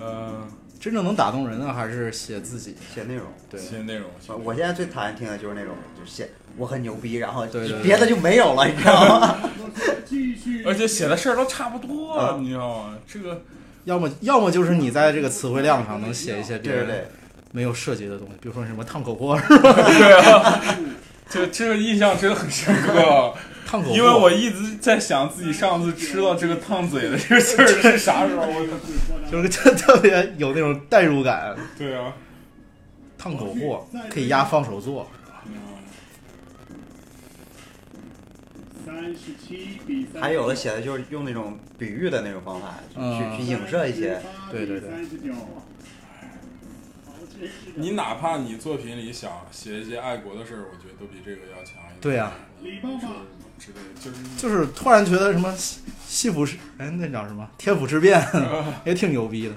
Speaker 1: 嗯，
Speaker 2: 真正能打动人的还是写自己
Speaker 3: 写内容，呃
Speaker 2: 对，
Speaker 1: 写内容。
Speaker 3: 我现在最讨厌听的就是那种，就是写我很牛逼，然后
Speaker 2: 对对对
Speaker 3: 别的就没有了，你知道吗？
Speaker 1: 而且写的事儿都差不多，
Speaker 2: 啊
Speaker 1: 你知道吗？这个
Speaker 2: 要么要么就是你在这个词汇量上能写一些 (laughs) 别
Speaker 1: 对对
Speaker 2: 人
Speaker 1: 对
Speaker 2: 没有涉及的东西，比如说什么烫口
Speaker 1: (laughs)
Speaker 2: 锅是吧？
Speaker 1: 对啊，这这个印象真的很深 (laughs) 刻。
Speaker 2: 烫口锅
Speaker 1: 因为我一直在想自己上次吃到这个烫嘴的这个事儿是啥时候。我
Speaker 2: 就是特特别有那种代入感。
Speaker 1: 对啊，
Speaker 2: 烫口货可以压放手座，
Speaker 12: 三十七比三，
Speaker 3: 还有的写的就是用那种比喻的那种方法，就
Speaker 1: 嗯
Speaker 3: 去去影射一些。
Speaker 2: 对对
Speaker 12: 三十九，
Speaker 1: 你哪怕你作品里想写一些爱国的事儿，我觉得都比这个要强一点。
Speaker 2: 对啊
Speaker 1: 你说什么之类的，就是
Speaker 2: 就是突然觉得什么西西普是哎那叫什么天府之
Speaker 1: (laughs)
Speaker 2: 变
Speaker 1: 啊
Speaker 2: 也挺牛逼的，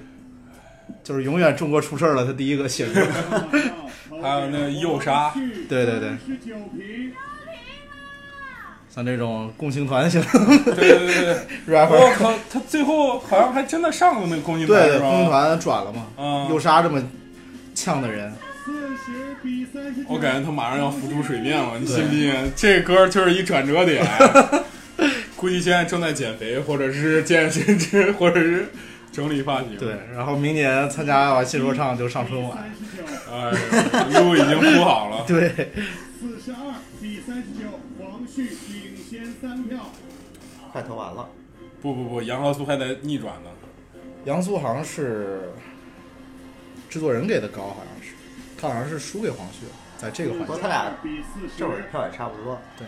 Speaker 2: 就是永远中国出事儿了，他第一个写歌。
Speaker 1: 还有那个诱杀，
Speaker 2: 对对对，
Speaker 12: 十九平，
Speaker 2: (laughs) 像这种共青团型，
Speaker 1: 对对对对
Speaker 2: rapper，
Speaker 1: 我靠，他最后好像还真的上过那个共
Speaker 2: (laughs)
Speaker 1: 青团，
Speaker 2: 对对，
Speaker 1: 是吧
Speaker 2: 共青团转了嘛，
Speaker 1: 嗯
Speaker 2: 诱杀这么呛的人，
Speaker 12: 四十比三十九，
Speaker 1: 我感觉他马上要浮出水面了，你
Speaker 2: 对
Speaker 1: 信不信？这歌就是一转折点，估计现在正在减肥，或者是健身之，或者是整理发型。
Speaker 2: 对，然后明年参加完新说唱就上春晚，。
Speaker 1: 哎呦，路已经铺好了
Speaker 2: 对，
Speaker 12: 四十二比三十九，王旭领先三票。
Speaker 3: 快投完了，
Speaker 1: 不不不，杨浩苏还在逆转呢。
Speaker 2: 杨苏好像是制作人给的高，好像是，他好像是输给黄旭，在这个环
Speaker 3: 不过
Speaker 2: 节，
Speaker 3: 他俩
Speaker 12: 比四十
Speaker 3: 这会儿票也差不多，
Speaker 2: 对，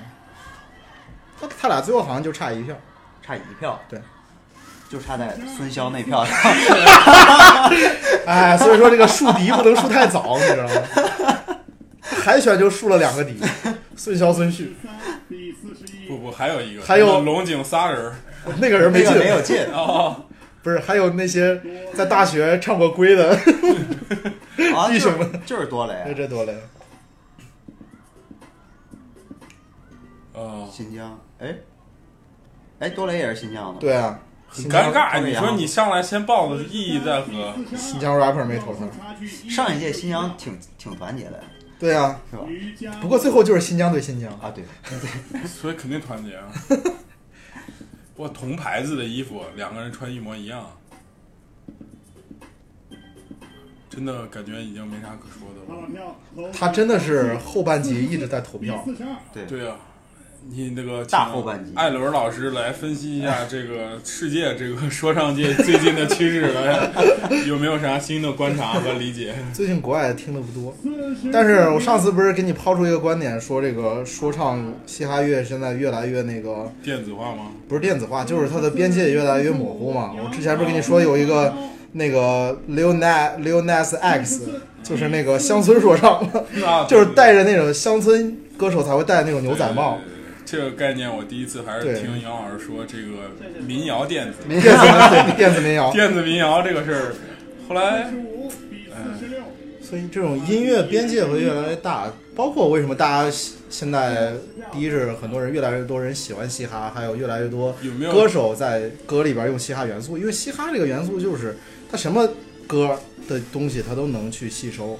Speaker 2: 他他俩最后好像就差一票，
Speaker 3: 差一票，
Speaker 2: 对，
Speaker 3: 就差在孙骁那票上。
Speaker 2: 哎，所以说这个树敌不能树太早，你知道吗？海选就树了两个敌，孙骁、孙旭，
Speaker 1: 不不，还有一个，
Speaker 2: 还有
Speaker 1: 龙井仨人儿，
Speaker 2: 那个人 (laughs) 没进，
Speaker 3: 没有进
Speaker 2: (laughs)
Speaker 1: 哦，
Speaker 2: 不是还有那些在大学唱过龟的
Speaker 3: 啊，就
Speaker 2: 弟兄
Speaker 3: 是
Speaker 2: 们，
Speaker 3: 就是多
Speaker 2: 那
Speaker 3: 雷，啊
Speaker 2: 这多累。
Speaker 1: 哦，
Speaker 3: 新疆，哎，哎，多雷也是新疆的，
Speaker 2: 对啊，
Speaker 1: 很
Speaker 3: 新
Speaker 1: 尴
Speaker 3: 疆
Speaker 1: 尬。
Speaker 3: 特别
Speaker 1: 你
Speaker 3: 洋
Speaker 1: 说你上来先报的意义在何？
Speaker 2: 新疆 rapper 没投上，
Speaker 3: 上一届新疆挺挺团结的，
Speaker 2: 对啊，
Speaker 3: 是吧？
Speaker 2: 不过最后就是新疆对新疆
Speaker 3: 啊，对，
Speaker 1: 所以肯定团结啊。哇，同牌子的衣服，两个人穿一模一样，真的感觉已经没啥可说的
Speaker 3: 嗯
Speaker 1: 了。
Speaker 2: 他真的是后半集一直在投票，
Speaker 3: 对
Speaker 1: 对啊，你那个
Speaker 3: 大
Speaker 1: 请
Speaker 3: 后半集
Speaker 1: 艾伦老师来分析一下这个世界这个说唱界最近的趋势，
Speaker 3: (laughs)
Speaker 1: 来有没有啥新的观察和理解？
Speaker 2: 最近国外听的不多，但是我上次不是给你抛出一个观点，说这个说唱嘻哈乐现在越来越那个
Speaker 1: 电子化吗？
Speaker 2: 不是电子化，就是它的边界越来越模糊嘛。我之前不是跟你说有一个那个 Lil Nas Lil Nas X，就是那个乡村说唱
Speaker 1: 啊，
Speaker 2: 就是戴着那种乡村歌手才会戴的那种牛仔帽。
Speaker 1: 这个概念我第一次还是
Speaker 2: 对
Speaker 1: 听杨老师说这个民谣电子，
Speaker 2: 民谣对电子民谣
Speaker 1: 电子民谣这个事儿，后来。
Speaker 2: 所以这种音乐边界会越来越大，包括为什么大家喜现在第一是很多人越来越多人喜欢嘻哈，还有越来越多
Speaker 1: 没有
Speaker 2: 歌手在歌里边用嘻哈元素，因为嘻哈这个元素就是它什么歌的东西它都能去吸收。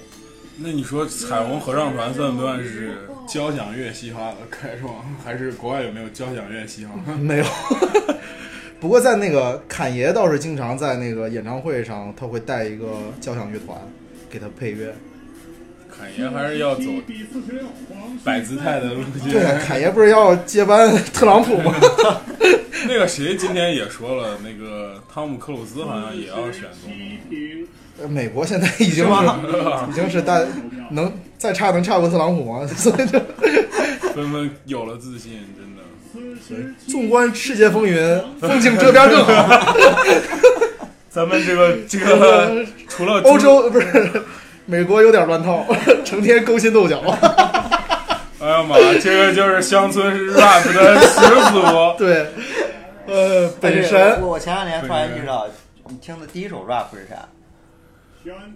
Speaker 1: 那你说彩虹合唱团算不算是交响乐嘻哈的 (laughs) 开创，还是国外有没有交响乐嘻哈？ (laughs)
Speaker 2: 没有。 (laughs) 不过在那个侃爷倒是经常在那个演唱会上，他会带一个交响乐团给他配乐。
Speaker 1: 侃爷还是要走摆姿态的路线。
Speaker 2: 对，啊侃爷不是要接班特朗普吗？
Speaker 1: (laughs) 那个谁今天也说了，那个汤姆克鲁斯好像也要选总统。
Speaker 2: 呃美国现在已经是已经是大能再差能差过特朗普吗？ (laughs) 所以这
Speaker 1: (laughs) 纷纷有了自信，真的。
Speaker 2: 纵观世界风云，风景这边更好。
Speaker 1: 咱们这个这
Speaker 2: (laughs)
Speaker 1: 个除了
Speaker 2: 欧洲呃不是美国有点乱套， (laughs) 成天勾心斗角。
Speaker 1: 哎呀妈，这个就是乡村 rap 的始祖。
Speaker 2: (laughs) 对，呃，本
Speaker 3: 身
Speaker 2: 身
Speaker 3: 我我前两年突然意识到，你听的第一首 rap 是啥？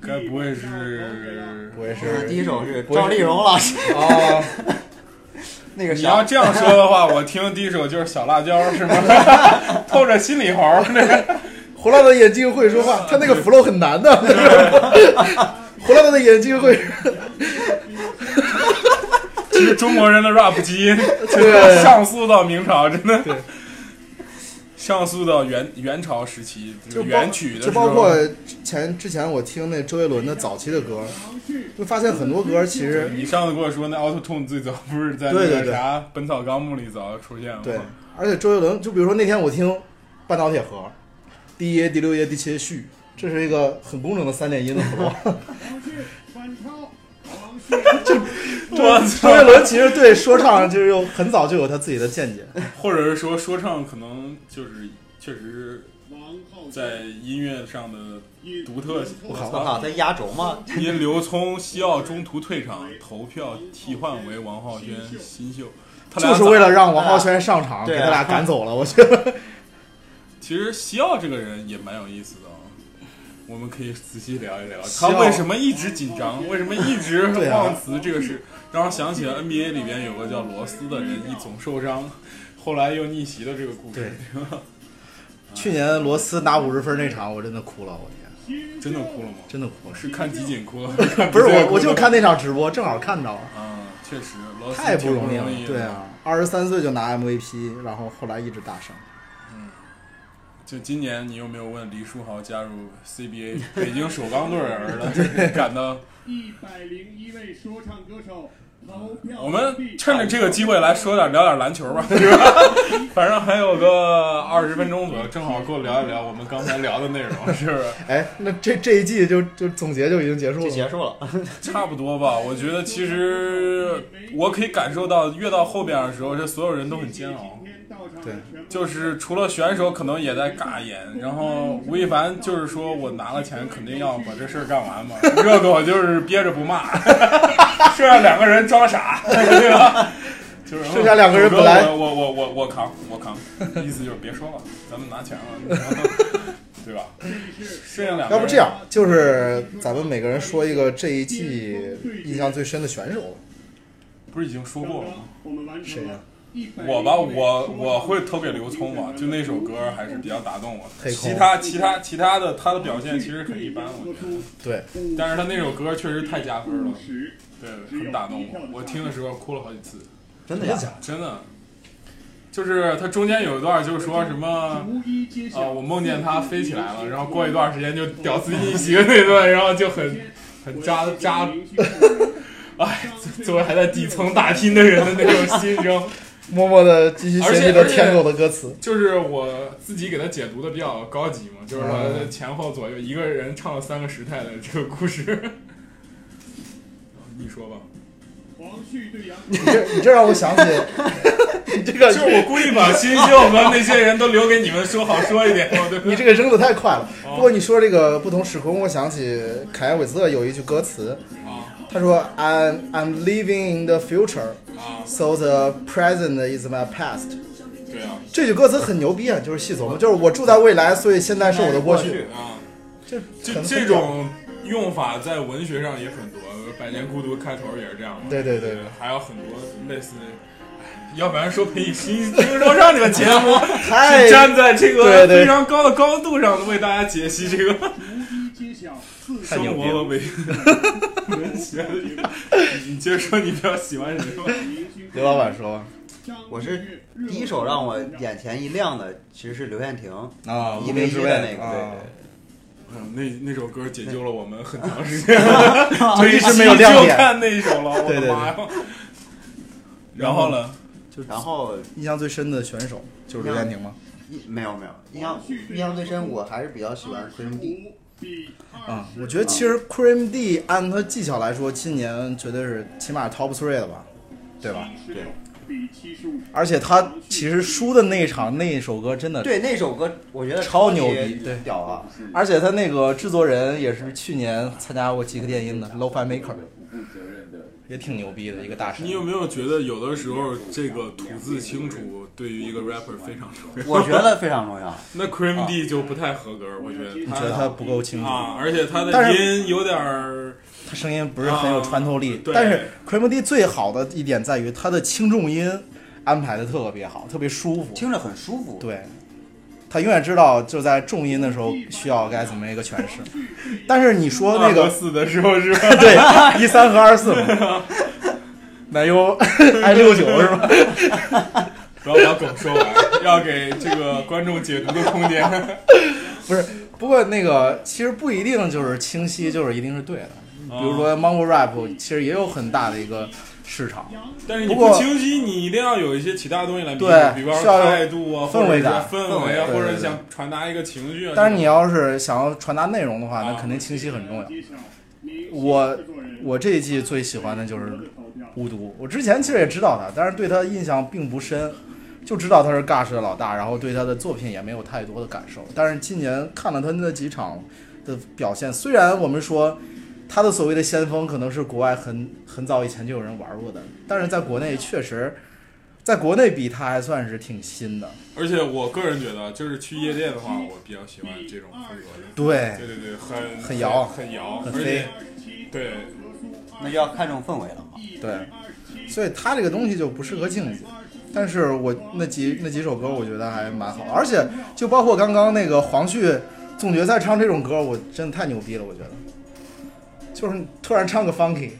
Speaker 1: 该不会是
Speaker 2: 不会
Speaker 3: 我
Speaker 2: 是
Speaker 3: 的第一首是赵丽蓉老师
Speaker 2: (laughs) 哦。
Speaker 3: 那个
Speaker 1: 你
Speaker 3: 啥
Speaker 1: 要这样说的话，我听第一首就是小辣椒，是 (laughs) 吗？透着心里猴儿那个。
Speaker 2: 胡辣的眼睛会说话，他那个 flow 很难的。 (laughs) 胡辣的眼睛会，
Speaker 1: 其实中国人的 rap 基因，真的
Speaker 2: 对
Speaker 1: 上溯到明朝，真的。上溯到元元朝时期，这个元曲的
Speaker 2: 就
Speaker 1: 时
Speaker 2: 包
Speaker 1: 候，
Speaker 2: 括前之前我听那周杰伦的早期的歌，就发现很多歌其实
Speaker 1: 你上次跟我说那 Auto Tune 最早不是在那
Speaker 2: 对对
Speaker 1: 个
Speaker 2: 对
Speaker 1: 啥《本草纲目》里早就出现了吗？
Speaker 2: 对，而且周杰伦，就比如说那天我听《半岛铁盒》，第一页、第六页、第七页序，这是一个很工整的三连音的符
Speaker 1: (laughs)
Speaker 2: 号。 (laughs)
Speaker 1: 我
Speaker 2: 就
Speaker 1: 操
Speaker 2: 周杰伦其实对说唱就是有很早就有他自己的见
Speaker 1: (laughs)
Speaker 2: 解。
Speaker 1: 或者是说说唱可能就是确实在音乐上的独特性。
Speaker 3: 我靠在压轴吗？
Speaker 1: 因刘聪、西奥中途退场，投票替换为王浩轩、新秀，他俩
Speaker 2: 就是为了让王浩轩上场，
Speaker 1: 对
Speaker 2: 给
Speaker 1: 啊
Speaker 2: 他俩赶走了。我觉得 (laughs)
Speaker 1: 其实西奥这个人也蛮有意思的啊，我们可以仔细聊一聊，
Speaker 2: 西
Speaker 1: 他
Speaker 2: 奥
Speaker 1: 为什么一直紧
Speaker 2: (laughs)
Speaker 1: 张，为什么一直
Speaker 2: 对啊
Speaker 1: 忘词这个事，让我想起了 NBA 里边有个叫罗斯的人，一总受伤， (laughs) 后来又逆袭的这个故事，
Speaker 2: 去年罗斯拿五十分那场，我真的哭了，我
Speaker 1: (laughs)
Speaker 2: 天，
Speaker 1: 真的哭了吗？
Speaker 2: 真的哭了。
Speaker 1: 是看集锦哭了，
Speaker 2: (laughs) 不是我，我就
Speaker 1: 看
Speaker 2: 看那场直播，正好看到了，
Speaker 1: 比赛哭了。啊，确实，罗斯
Speaker 2: 太
Speaker 1: 挺
Speaker 2: 不
Speaker 1: 不
Speaker 2: 容易了
Speaker 1: 易。的
Speaker 2: 对啊，，二十三岁就拿 MVP，然后后来一直大伤。
Speaker 1: 就今年你有没有问李书豪加入 CBA 北京首钢队儿的感到？
Speaker 12: 一百零一位说唱歌手投票，
Speaker 1: 我们趁着这个机会来说点聊点篮球吧，是吧？反正还有个二十分钟左右，正好够聊一聊我们刚才聊的内容，是不是？
Speaker 2: 哎，那这这一季就就总结就已经结束了吗，
Speaker 3: 结束了。 (laughs)
Speaker 1: 差不多吧，我觉得其实我可以感受到，越到后边的时候，这所有人都很煎熬。
Speaker 2: 对，
Speaker 1: 就是除了选手可能也在尬演，然后吴亦凡就是说我拿了钱肯定要把这事儿干完嘛，热狗就是憋着不骂， (laughs) 剩下两个人装傻，对吧？就是
Speaker 2: 剩下两个人
Speaker 1: 狗
Speaker 2: 本来
Speaker 1: 我我我我我扛我扛，意思就是别说了，咱们拿钱了，对吧？剩下两个人
Speaker 2: 要不这样，就是咱们每个人说一个这一季印象最深的选手。
Speaker 1: 不是已经说过了吗？
Speaker 2: 谁呀、
Speaker 1: 我吧，我我会投给刘聪吧，就那首歌还是比较打动我的。
Speaker 2: 黑空
Speaker 1: 其他其他其他的他的表现其实很一般，我觉得，
Speaker 2: 对，
Speaker 1: 但是他那首歌确实太加分了，对，很打动我。我听的时候哭了好几次，
Speaker 3: 真的呀？
Speaker 1: 真的，就是他中间有一段就是说什么啊、我梦见他飞起来了，然后过一段时间就屌丝逆袭的那段，然后就很很扎扎， (laughs) 哎，作为还在底层打拼的人的那种心声。
Speaker 2: 默默的继续
Speaker 1: 而
Speaker 2: 学
Speaker 1: 且
Speaker 2: 习着舔狗的歌词，
Speaker 1: 就是我自己给他解读的比较高级嘛，就是说
Speaker 2: 嗯
Speaker 1: 前后左右一个人唱了三个时态的这个故事。 (laughs) 你说吧，
Speaker 2: 你这你这让
Speaker 1: (laughs)
Speaker 2: 我想起，你这个
Speaker 1: 就是我故意把新秀和那些人都留给你们说好说一点嘛，哦对不对？
Speaker 2: 你这个扔的太快了。
Speaker 1: 哦
Speaker 2: 不过你说这个不同时空，我想起凯恩·韦斯特有一句歌词，
Speaker 1: 哦
Speaker 2: 他说：“I'm I'm living in the future, so the present is my past。”
Speaker 1: 啊对啊，
Speaker 2: 这句歌词很牛逼啊，就是细琢磨，就是我住在未来，所以现在是我的过去。
Speaker 1: 啊，
Speaker 2: 这
Speaker 1: 这
Speaker 2: 很
Speaker 1: 这种用法在文学上也很多，《百年孤独》开头也是这样嘛。
Speaker 2: 对对对对
Speaker 1: 还有很多类似的。哎要不然说陪你新听说唱这个节目
Speaker 2: 太
Speaker 1: 是站在这个
Speaker 2: 对对
Speaker 1: 非常高的高度上为大家解析这个
Speaker 12: 揭晓四。
Speaker 1: 生活和文你接着说，你比较喜欢谁吗？
Speaker 2: 刘老板说吧，啊
Speaker 3: 我是第一首让我眼前一亮的，其实是刘宪廷
Speaker 2: 啊
Speaker 3: 一 v 一的那个，对
Speaker 1: 啊嗯那那首歌解救了我们很长时间，哦
Speaker 2: 就一直没有亮
Speaker 1: 就 (laughs)
Speaker 2: 点
Speaker 1: 看那一首了，我
Speaker 2: 对对
Speaker 1: 的
Speaker 2: 对
Speaker 1: 妈呀！然后呢？
Speaker 2: 就
Speaker 3: 然后
Speaker 2: 印象最深的选手就是刘彦廷吗？
Speaker 3: 印没有没有，印象印象最深，我还是比较喜欢 Cream D。
Speaker 2: 啊、我觉得其实 Cream D 按他技巧来说，今年绝对是起码 top three 了吧，对吧？
Speaker 3: 对，
Speaker 12: 比七十五。
Speaker 2: 而且他其实输的那一场那一首歌真的
Speaker 3: 对那首歌，我觉得
Speaker 2: 超
Speaker 3: 级
Speaker 2: 牛逼，对，
Speaker 3: 屌啊！
Speaker 2: 而且他那个制作人也是去年参加过极客电音的 LoFi Maker，也挺牛逼的一个大神
Speaker 1: 你。有没有觉得有的时候这个吐字清楚对于一个 rapper 非常重要？
Speaker 3: 我觉得非常重
Speaker 2: (laughs)
Speaker 3: 要。
Speaker 1: (laughs) 那 Cream D 就不太合格，我觉得。你
Speaker 2: 觉得他不够清楚
Speaker 1: 啊？而且他
Speaker 2: 但
Speaker 1: 的
Speaker 2: 是
Speaker 1: 音有点儿，
Speaker 2: 他声音不是很有穿透力
Speaker 1: 啊，对
Speaker 2: 但是 Cream D 最好的一点在于他的轻重音安排的特别好，特别舒服，
Speaker 3: 听着很舒服。
Speaker 2: 对，他永远知道就在重音的时候需要该怎么一个诠释。但是你说那
Speaker 1: 二
Speaker 2: 个
Speaker 1: 和四的时候是吧
Speaker 2: (laughs) 对，一三和二四嘛，
Speaker 1: (laughs)
Speaker 2: 奶油 i 六九是吧？
Speaker 1: 不要把狗说完，要给这个观众解读的空间。
Speaker 2: 不是，不过那个其实不一定就是清晰，就是一定是对的。比如
Speaker 1: 哦
Speaker 2: 说 mumble rap，其实也有很大的一个市场，
Speaker 1: (laughs) 但是你
Speaker 2: 不
Speaker 1: 不
Speaker 2: 过
Speaker 1: 清晰，你一定要有一些其他东西来弥补，
Speaker 2: 对
Speaker 1: 比方
Speaker 2: 需要
Speaker 1: 说
Speaker 2: 有
Speaker 1: 态度啊，
Speaker 2: 氛围感
Speaker 1: 或者是氛围啊，或
Speaker 2: 氛围
Speaker 1: 者
Speaker 2: 对对对
Speaker 1: 想传达一个情绪啊。
Speaker 2: 但是你要是想要传达内容的话，那肯定清晰很重要。我我这一季最喜欢的就是巫毒，我之前其实也知道他，但是对他印象并不深，就知道他是 Gush 的老大，然后对他的作品也没有太多的感受。但是今年看了他那几场的表现，虽然我们说他的所谓的先锋可能是国外很很早以前就有人玩过的，但是在国内确实，在国内比他还算是挺新的。
Speaker 1: 而且我个人觉得，就是去夜店的话，我比较喜欢这种风格的。
Speaker 2: 对
Speaker 1: 对对对，很
Speaker 2: 很摇
Speaker 1: 很摇，
Speaker 2: 很
Speaker 1: 而且
Speaker 2: 飞
Speaker 1: 对，
Speaker 3: 那就要看重氛围了嘛。
Speaker 2: 对，所以他这个东西就不适合竞技。但是我那几那几首歌，我觉得还蛮好的，而且就包括刚刚那个黄旭总决赛唱这种歌，我真的太牛逼了，我觉得，就是突然唱个
Speaker 1: (laughs)
Speaker 2: funky，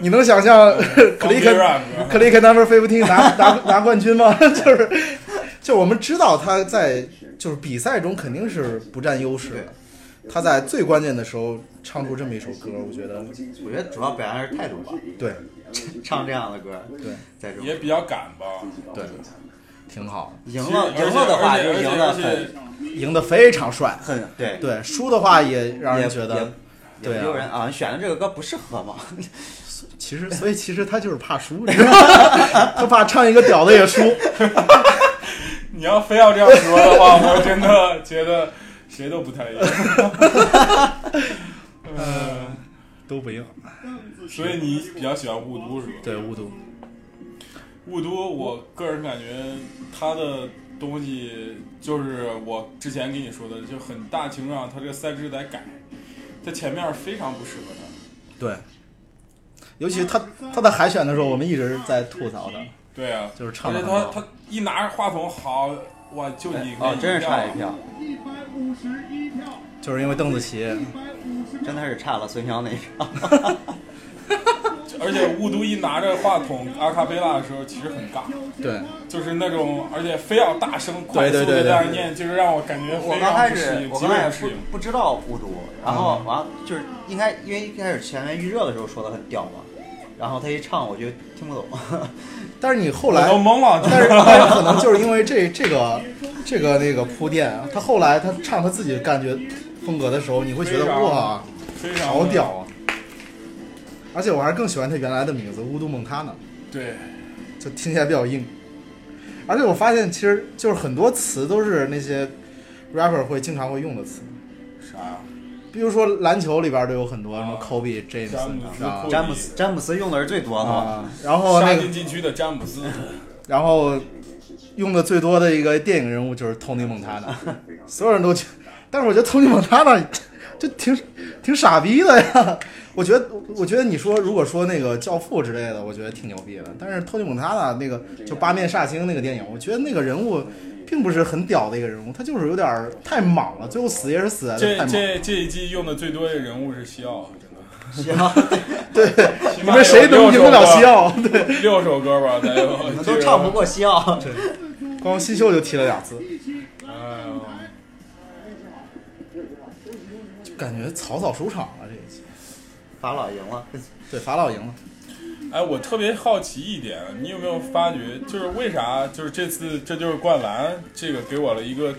Speaker 2: 你能想象
Speaker 1: Funky
Speaker 2: click
Speaker 1: rap
Speaker 2: click number fifteen 拿拿拿冠军吗？ (laughs) 就是就我们知道他在就是比赛中肯定是不占优势的，他在最关键的时候唱出这么一首歌，我觉得
Speaker 3: 我觉得主要表现还是态度吧。
Speaker 2: 对。
Speaker 3: 唱这样的歌，
Speaker 2: 对，
Speaker 3: 在这
Speaker 1: 也比较敢吧。
Speaker 2: 对，挺好。
Speaker 3: 赢了赢了的话
Speaker 1: 而且
Speaker 3: 就赢得
Speaker 1: 而且
Speaker 3: 很
Speaker 2: 赢得非常帅，
Speaker 3: 很对
Speaker 2: 对，输的话也让人觉
Speaker 3: 也
Speaker 2: 得，
Speaker 3: 也
Speaker 2: 对
Speaker 3: 也有人
Speaker 2: 啊。
Speaker 3: 啊，选的这个歌不适合嘛。
Speaker 2: 其实，所以其实他就是怕输，你知道吗 (laughs) 他怕唱一个屌的也输。
Speaker 1: 你要非要这样说的话，我真的觉得谁都不太一样。嗯，
Speaker 2: 都不一样。
Speaker 1: 所以你比较喜欢雾都是吧？
Speaker 2: 对，雾都。
Speaker 1: 雾都，我个人感觉他的东西就是我之前跟你说的，就很大情况上他这个赛制得改，他前面非常不适合他。
Speaker 2: 对，尤其他他在海选的时候，我们一直在吐槽他。
Speaker 1: 对啊，
Speaker 2: 就是唱的
Speaker 1: 而且他他一拿话筒好，哇，就你
Speaker 2: 哎
Speaker 3: 哦，真是差一票，
Speaker 2: 就是因为邓紫棋，
Speaker 3: 真的是差了孙杨那一
Speaker 1: (laughs)
Speaker 3: 票。
Speaker 1: 而且雾都一拿着话筒阿卡贝拉的时候，其实很尬，
Speaker 2: 对，
Speaker 1: 就是那种，而且非要大声快速
Speaker 2: 对
Speaker 1: 的
Speaker 2: 对对
Speaker 1: 这样
Speaker 2: 对
Speaker 1: 念，就是让我感觉
Speaker 3: 我
Speaker 1: 非
Speaker 3: 刚
Speaker 1: 常
Speaker 3: 开
Speaker 1: 不适
Speaker 3: 始
Speaker 1: 应，
Speaker 3: 我
Speaker 1: 极
Speaker 3: 刚
Speaker 1: 为
Speaker 3: 开
Speaker 1: 不
Speaker 3: 始
Speaker 1: 适应。嗯
Speaker 3: 不不知道巫毒，然后完了就是应该因为一开始前面预热的时候说的很屌嘛，然后他一唱我就听不懂。
Speaker 2: 但是你后来
Speaker 3: 我都懵了
Speaker 1: (laughs)
Speaker 2: 但是但是可能就是因为这这个这个那个铺垫，啊他后来他唱他自己感觉风格的时候，你会觉得
Speaker 1: 非常
Speaker 2: 哇，
Speaker 1: 非常
Speaker 2: 好屌啊！而且我还是更喜欢他原来的名字乌都蒙塔呢，
Speaker 1: 对，
Speaker 2: 就听起来比较硬。而且我发现其实就是很多词都是那些 rapper 会经常会用的词，
Speaker 3: 啥呀？啊
Speaker 2: 比如说篮球里边都有很多什么 Kobe、James，是吧
Speaker 3: 詹姆斯，詹姆斯用的是最多的
Speaker 2: 啊
Speaker 3: 嘛，
Speaker 2: 然后
Speaker 1: 杀
Speaker 2: 那个
Speaker 1: 进禁区的詹姆斯，
Speaker 2: 然后用的最多的一个电影人物就是 Tony Montana，所有人都觉得，但是我觉得 Tony Montana 就挺挺傻逼的呀。我觉得，我觉得你说如果说那个《教父》之类的，我觉得挺牛逼的。但是 Tony Montana 那个就《八面煞星》那个电影，我觉得那个人物并不是很屌的一个人物，他就是有点儿太莽了，最后死也是死在
Speaker 1: 这
Speaker 2: 太莽。
Speaker 1: 这这一季用的最多的人物是西奥，真的。
Speaker 3: 西
Speaker 2: (laughs)
Speaker 3: 奥，
Speaker 2: 对，
Speaker 1: 起
Speaker 2: 你
Speaker 1: 码
Speaker 2: 们谁能赢得了
Speaker 1: (laughs)
Speaker 2: 西奥？
Speaker 1: 有六首歌
Speaker 2: 对，
Speaker 1: 六首歌吧，咱有
Speaker 3: 你们都唱不过西奥。
Speaker 2: 光西秀就踢了两次，
Speaker 1: 哎呦
Speaker 2: 就感觉草草收场了这一期。
Speaker 3: 法老赢了，
Speaker 2: 对，法老赢了。
Speaker 1: 哎，我特别好奇一点，你有没有发觉，就是为啥，就是这次这就是灌篮，这个给我了一个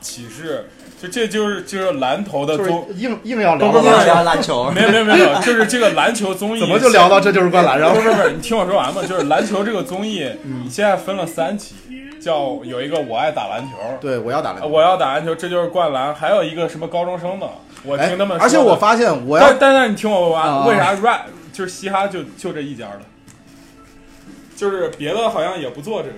Speaker 1: 启示，就这就是就是篮头的
Speaker 2: 就是
Speaker 1: 综，
Speaker 2: 硬硬要聊
Speaker 1: 不不不
Speaker 2: 到篮球
Speaker 1: 不没有没有没有，就是这个篮球综艺，
Speaker 2: 怎么就聊到这就是灌篮上了
Speaker 1: 不是不是，你听我说完嘛，就是篮球这个综艺，
Speaker 2: 嗯
Speaker 1: 你现在分了三期，叫有一个我爱打篮球，
Speaker 2: 对，我要打 (laughs) 篮球。
Speaker 1: 我要打篮球，这就是灌篮，还有一个什么高中生的，我听他们说的，
Speaker 2: 哎而且我发现我要
Speaker 1: 但但是你听我说
Speaker 2: 啊
Speaker 1: 完，为啥 rap 就是嘻哈就就这一家的，就是别的好像也不做这个，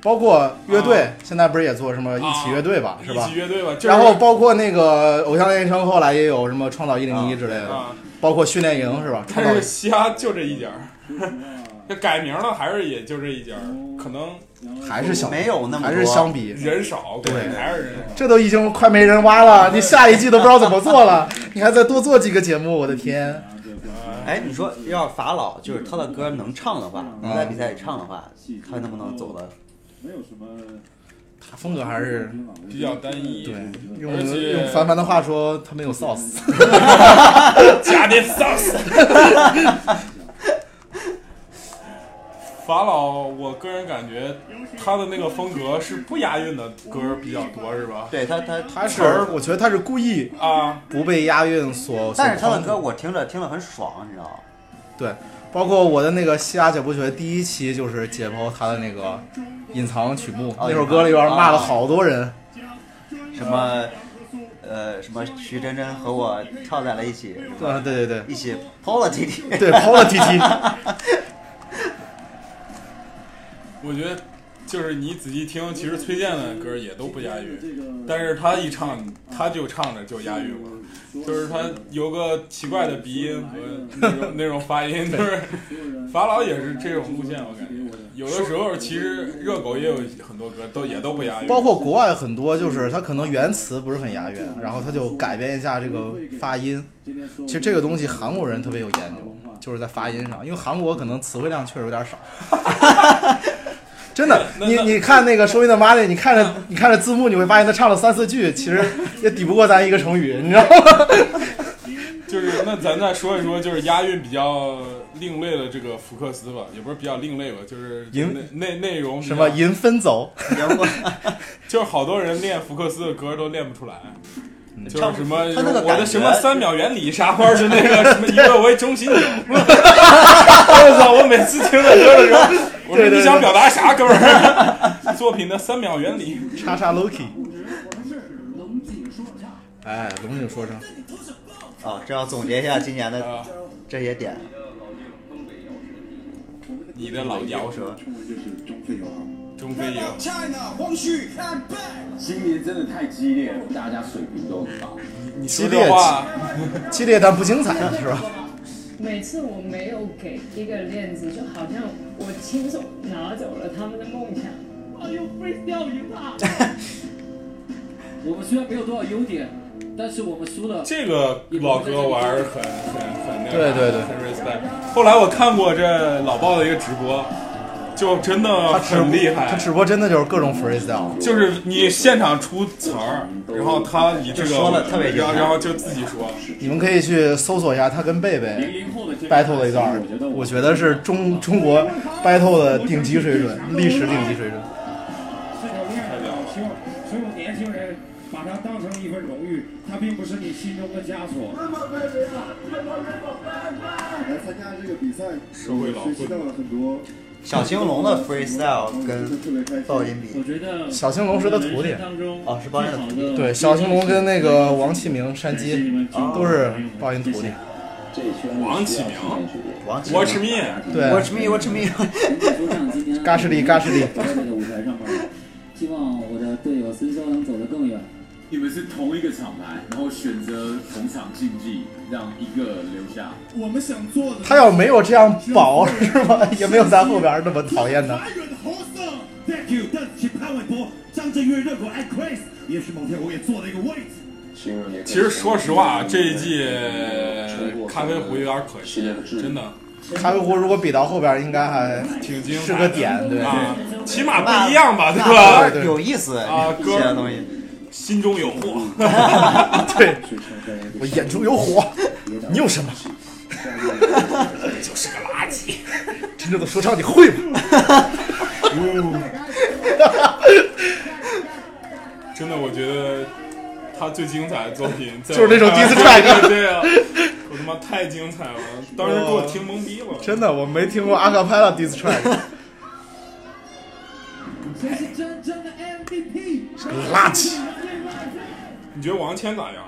Speaker 2: 包括乐队，现在不是也做什么啊一起乐队吧，是吧
Speaker 1: 一？起乐队吧，就是
Speaker 2: 然后包括那个偶像练习生，后来也有什么创造一零一之类的
Speaker 1: 啊，
Speaker 2: 包括训练营是吧？创造
Speaker 1: 但是嘻哈就这一家儿， (laughs) 这改名了还是也就这一家儿，可能
Speaker 2: 还是相比没有那么多还是相比
Speaker 1: 人少，
Speaker 2: 对
Speaker 1: 可能还是人少。
Speaker 2: 这都已经快没人挖了，你下一季都不知道怎么做了，你还再多做几个节目，我的天！
Speaker 3: 哎，你说要是法老就是他的歌能唱的话，能在比赛里唱的话，他能不能走的？
Speaker 12: 没有什么
Speaker 2: 他风格还是
Speaker 1: 比较单一，
Speaker 2: 对，用
Speaker 1: 而且
Speaker 2: 用凡凡的话说，他没有 sauce，
Speaker 1: 加点 sauce 法老，我个人感觉他的那个风格是不押韵的歌儿比较多，是吧？
Speaker 3: 对他他
Speaker 1: 他
Speaker 2: 是我觉得他是故意
Speaker 1: 啊
Speaker 2: 不被押韵所，
Speaker 3: 但是他的
Speaker 2: 所框
Speaker 3: 歌
Speaker 2: 住
Speaker 3: 我听着听着很爽，你知道吗？
Speaker 2: 对，包括我的那个西雅解剖学第一期就是解剖他的那个隐藏曲目，
Speaker 3: 哦
Speaker 2: 那首歌里边骂了好多人，
Speaker 3: 什么呃什么徐真真和我跳在了一起，是吧
Speaker 2: 啊，对对对，
Speaker 3: 一起抛了 T T，
Speaker 2: 对抛了
Speaker 3: (laughs)
Speaker 2: TT
Speaker 1: 我觉得就是你仔细听，其实崔健的歌也都不押韵，但是他一唱，他就唱着就押韵了，就是他有个奇怪的鼻音和那种那种发音，就是法老也是这种路线，我感觉有的时候其实热狗也有很多歌都也都不押韵，
Speaker 2: 包括国外很多就是他可能原词不是很押韵，然后他就改变一下这个发音。其实这个东西韩国人特别有研究，就是在发音上，因为韩国可能词汇量确实有点少。 (laughs) 真的，你你看那个《收音的妈的》，你看着你看着字幕，你会发现他唱了三四句，其实也抵不过咱一个成语，你知道吗？ (laughs)
Speaker 1: 就是那咱再说一说，就是押韵比较另类的这个福克斯吧，也不是比较另类吧，就是
Speaker 2: 银
Speaker 1: 内内内容比较
Speaker 2: 什么银分走，
Speaker 1: 就是好多人练福克斯的歌都练不出来，就
Speaker 2: 唱
Speaker 1: 是
Speaker 2: 不
Speaker 1: 什么
Speaker 2: 他那个
Speaker 1: 我
Speaker 2: 感
Speaker 1: 的
Speaker 2: 觉
Speaker 1: 什么三秒原理啥玩意儿的那个什么一个为中心点，
Speaker 2: (laughs)
Speaker 1: 我操！我每次听的歌的时候，我说
Speaker 2: 对对对
Speaker 1: 你想表达啥，哥们儿？ (laughs) 作品的三秒原理，
Speaker 2: 叉叉 Loki，哎，龙井说唱，
Speaker 3: 啊，这要总结一下今年的这些点。
Speaker 1: 你的老
Speaker 3: 摇舌，
Speaker 1: 中非有。
Speaker 12: 黄旭，今年真的太激烈了，大家水平都很高。
Speaker 1: 你
Speaker 2: 激烈，激烈但不精彩，啊是吧？
Speaker 19: 每次我没有给一个链子，就好像我亲手拿走了他们的梦想。
Speaker 12: 哎呦，被钓鱼了！我们虽然没有多少优点，但是我们输了。
Speaker 1: 这个老哥玩儿很很很那个
Speaker 2: 对对对
Speaker 1: 很 respect。后来我看过这老鲍的一个直播，就真的很厉害，
Speaker 2: 他直播真的就是各种 freestyle。
Speaker 1: 就是你现场出词儿，然后他以这个，
Speaker 2: 就说得特别精
Speaker 1: 然后
Speaker 2: 彩
Speaker 1: 然后就自己说，
Speaker 2: 你们可以去搜索一下他跟贝贝 battle 了一段儿，我觉得是中中国 battle 的顶级水准，历史顶级水准。
Speaker 12: 是有恋爱的，希望所有年轻人把它当成一份荣誉，它并不是你心中的枷锁。
Speaker 14: 来参加这个比赛，
Speaker 1: 社会老
Speaker 14: 学习到了很多。嗯
Speaker 3: 小青龙的 freestyle 跟噪音比，
Speaker 2: 小青龙是他徒弟，
Speaker 3: 哦，是帮人的徒弟。
Speaker 2: 对，哦小青龙跟那个王启明、山鸡都是爆音徒弟。
Speaker 1: 王启明
Speaker 3: 王启明
Speaker 1: ，Watch me，
Speaker 2: 对
Speaker 3: Watch me，Watch me。
Speaker 2: 嘎吱哩嘎吱哩
Speaker 20: 在这个舞台上面，希望我的队友孙邹能走得更远。
Speaker 15: 你们是同一个厂牌，然后选择同场竞技，让一个留下。
Speaker 12: 我们想做的
Speaker 2: 他要没有这样薄是吧？ (laughs) 也没有咱后边儿那么讨厌他。
Speaker 12: 哎 Thank you，但是潘玮柏、张震岳、热狗、爱 Chris，也许某天我也坐那个位置。
Speaker 16: 形容也可以
Speaker 1: 其实说实话，啊这一季咖啡壶有点可惜，真的。
Speaker 2: 咖啡壶如果比到后边，应该还
Speaker 1: 挺精彩
Speaker 2: 是
Speaker 1: 的
Speaker 2: 个点，对，
Speaker 1: 啊
Speaker 2: 对
Speaker 1: 起码不一样吧，对吧？啊，哥，心中有货。
Speaker 2: 对，我眼中有火，你有什么？ (laughs)
Speaker 1: 就是个垃圾。
Speaker 2: 真正的说唱你会吗？
Speaker 1: 真的，我觉得他最精彩的作 (laughs) 品在
Speaker 2: 就是那种 diss
Speaker 1: 对 (laughs)
Speaker 2: track
Speaker 1: 对啊，我他妈太精彩了，当时给我听懵逼了。
Speaker 2: 真的，我没听过阿卡派拉 diss track，
Speaker 12: 谁是真正的 MVP？
Speaker 2: 垃圾。
Speaker 1: 你觉得王谦咋样？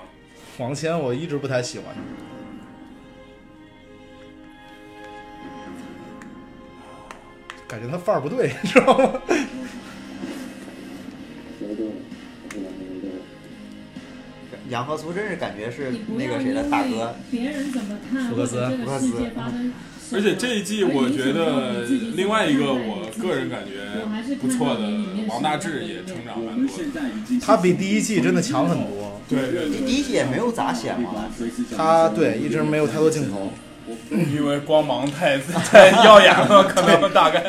Speaker 2: 黄谦我一直不太喜欢。感觉他范儿不对， (laughs) 知道吗？
Speaker 3: 杨和苏真是感觉是那个谁的大哥，
Speaker 19: 别人怎么看，
Speaker 3: 福
Speaker 19: 或
Speaker 3: 克斯
Speaker 19: 者这个世界发生什么，
Speaker 1: 而且这一季，我觉得另外一个我个人感觉不错的王大治也成长蛮多的。
Speaker 2: 他比第一季真的强很多。
Speaker 1: 对对对，
Speaker 3: 第一季也没有咋显嘛。
Speaker 2: 他对一直没有太多镜头。
Speaker 1: (laughs) 因为光芒 (laughs) 太太耀眼了，可能大概。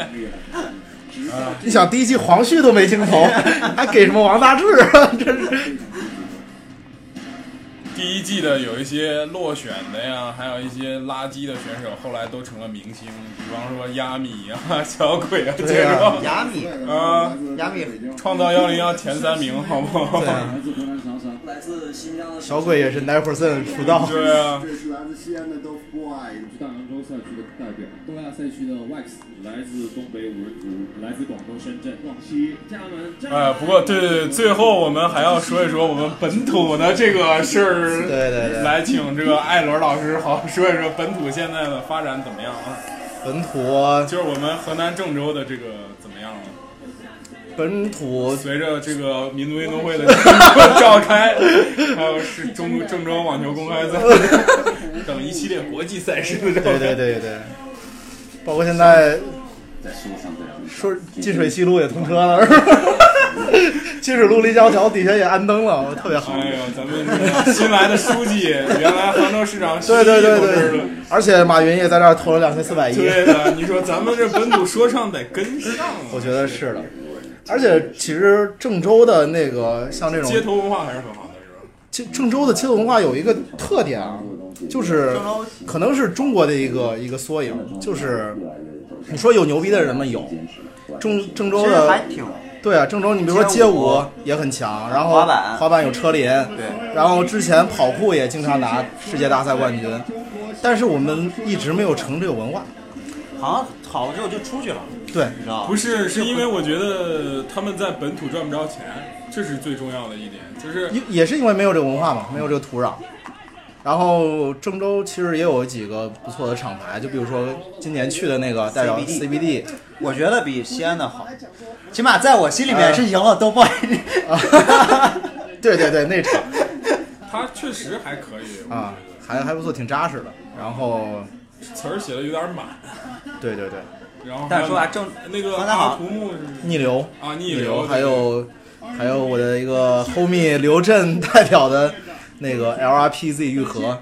Speaker 1: 啊，
Speaker 2: 你想第一季黄旭都没镜头，还给什么王大治？ (laughs) 真是
Speaker 1: 第一季的有一些落选的呀，还有一些垃圾的选手，后来都成了明星，比方说亚米啊、小鬼啊这
Speaker 3: 对啊
Speaker 1: 种。
Speaker 3: 亚米
Speaker 1: 啊，
Speaker 3: 亚米
Speaker 1: 创造幺零幺前三名，好不好？
Speaker 2: 对啊小鬼也是 nine percent 出道。
Speaker 1: 对啊
Speaker 14: 这是来自西安的 Dope Boy，
Speaker 15: 大洋洲赛区的代表，东亚赛区的 Wax，来自东北五人组，来自广东深圳、广西厦门。
Speaker 1: 哎，不过对对对，最后我们还要说一说我们本土的这个事儿。
Speaker 2: (laughs) 对对对
Speaker 1: 来请这个艾伦老师好好说一说本土现在的发展怎么样啊？
Speaker 2: 本土
Speaker 1: 就是我们河南郑州的这个怎么样了？
Speaker 2: 本土
Speaker 1: 随着这个民族运动会的 (laughs) 召开，还有是中郑州网球公开赛等一系列国际赛事的召开。
Speaker 2: 对对对对，包括现在
Speaker 15: 在树上的人
Speaker 2: 说进水西路也通车了，是吧？进水路立交桥底下也安灯了，我特别好。
Speaker 1: 哎呦，咱们这个新来的书记，原来杭州市 (laughs) 长
Speaker 2: 对对对
Speaker 1: 徐毅同志
Speaker 2: 对，而且马云也在这儿投了两千四百亿。
Speaker 1: 对的，你说咱们这本土说唱得跟上啊，
Speaker 2: 我觉得是的。而且其实郑州的那个像这种
Speaker 1: 街头文化还是很好的。
Speaker 2: 其实郑州的街头文化有一个特点啊，就是可能是中国的一个一个缩影，就是你说有牛逼的人吗？有，郑郑州
Speaker 3: 其实
Speaker 2: 的
Speaker 3: 还挺
Speaker 2: 对啊，郑州你比如说
Speaker 3: 街
Speaker 2: 街
Speaker 3: 舞
Speaker 2: 舞也很强，然后
Speaker 3: 滑板
Speaker 2: 滑板有车林，
Speaker 3: 对
Speaker 2: 然后之前跑酷也经常拿世界大赛冠军，但是我们一直没有成这个文化，
Speaker 3: 好像好了之后就出去了，
Speaker 2: 对，
Speaker 3: 你知道吗？
Speaker 1: 不是，是因为我觉得他们在本土赚不着钱，这是最重要的一点。就是
Speaker 2: 也也是因为没有这个文化嘛，没有这个土壤。然后郑州其实也有几个不错的厂牌，就比如说今年去的那个代表
Speaker 3: (laughs)
Speaker 2: CBD，
Speaker 3: 我觉得比西安的好，起码在我心里面是赢了都 o
Speaker 1: (laughs)
Speaker 2: 对对对，那场
Speaker 1: 他确实还可以，
Speaker 2: 啊，还还不错，挺扎实的。然后，
Speaker 1: 词儿写的有点满。
Speaker 2: 对对对，
Speaker 1: 然后
Speaker 2: 但
Speaker 1: 还有
Speaker 2: 说啊正
Speaker 1: 那个
Speaker 2: 刚才好
Speaker 1: 阿图木是
Speaker 2: 逆流
Speaker 1: 啊，逆
Speaker 2: 流，
Speaker 1: 对
Speaker 2: 还有还有我的一个 homie 刘震代表的那个 LRPZ 愈合，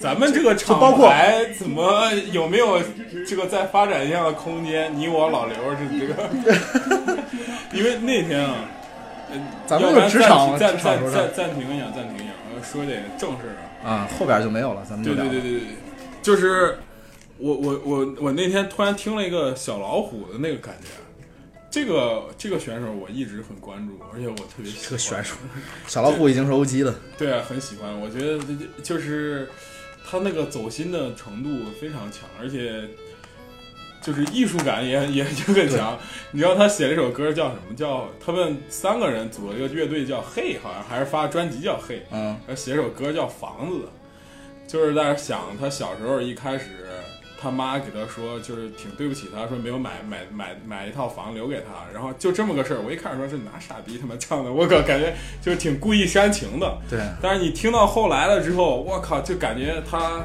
Speaker 1: 咱们这个
Speaker 2: 就
Speaker 1: 厂
Speaker 2: 包括
Speaker 1: 牌怎么有没有这个再发展一下的空间？你我老刘是这
Speaker 2: (laughs)
Speaker 1: 个，因为那天啊，呃
Speaker 2: 咱们
Speaker 1: 要不然
Speaker 2: 就职场
Speaker 1: 暂
Speaker 2: 职场
Speaker 1: 暂
Speaker 2: 说
Speaker 1: 暂
Speaker 2: 唱
Speaker 1: 暂暂停一下，暂停一下，我要说点正事儿啊。
Speaker 2: 啊，后边就没有了，咱们就
Speaker 1: 对
Speaker 2: 聊
Speaker 1: 对对对对，对就是我我我我那天突然听了一个小老虎的那个感觉，啊这个这个选手我一直很关注，而且我特别喜欢
Speaker 2: 这个选手，小老虎已经是 OG 了，
Speaker 1: 对啊，很喜欢。我觉得这就是他那个走心的程度非常强，而且就是艺术感也也也很强。你知道他写了一首歌叫什么？叫他们三个人组了一个乐队叫嘿，好像还是发专辑叫嘿。
Speaker 2: 嗯，
Speaker 1: 然后写首歌叫房子，就是在想他小时候一开始。他妈给他说，就是挺对不起他，说没有买买买买一套房留给他，然后就这么个事儿。我一开始说这哪傻逼他妈唱的，我可感觉就是挺故意煽情的。
Speaker 2: 对，
Speaker 1: 但是你听到后来了之后，我靠，就感觉他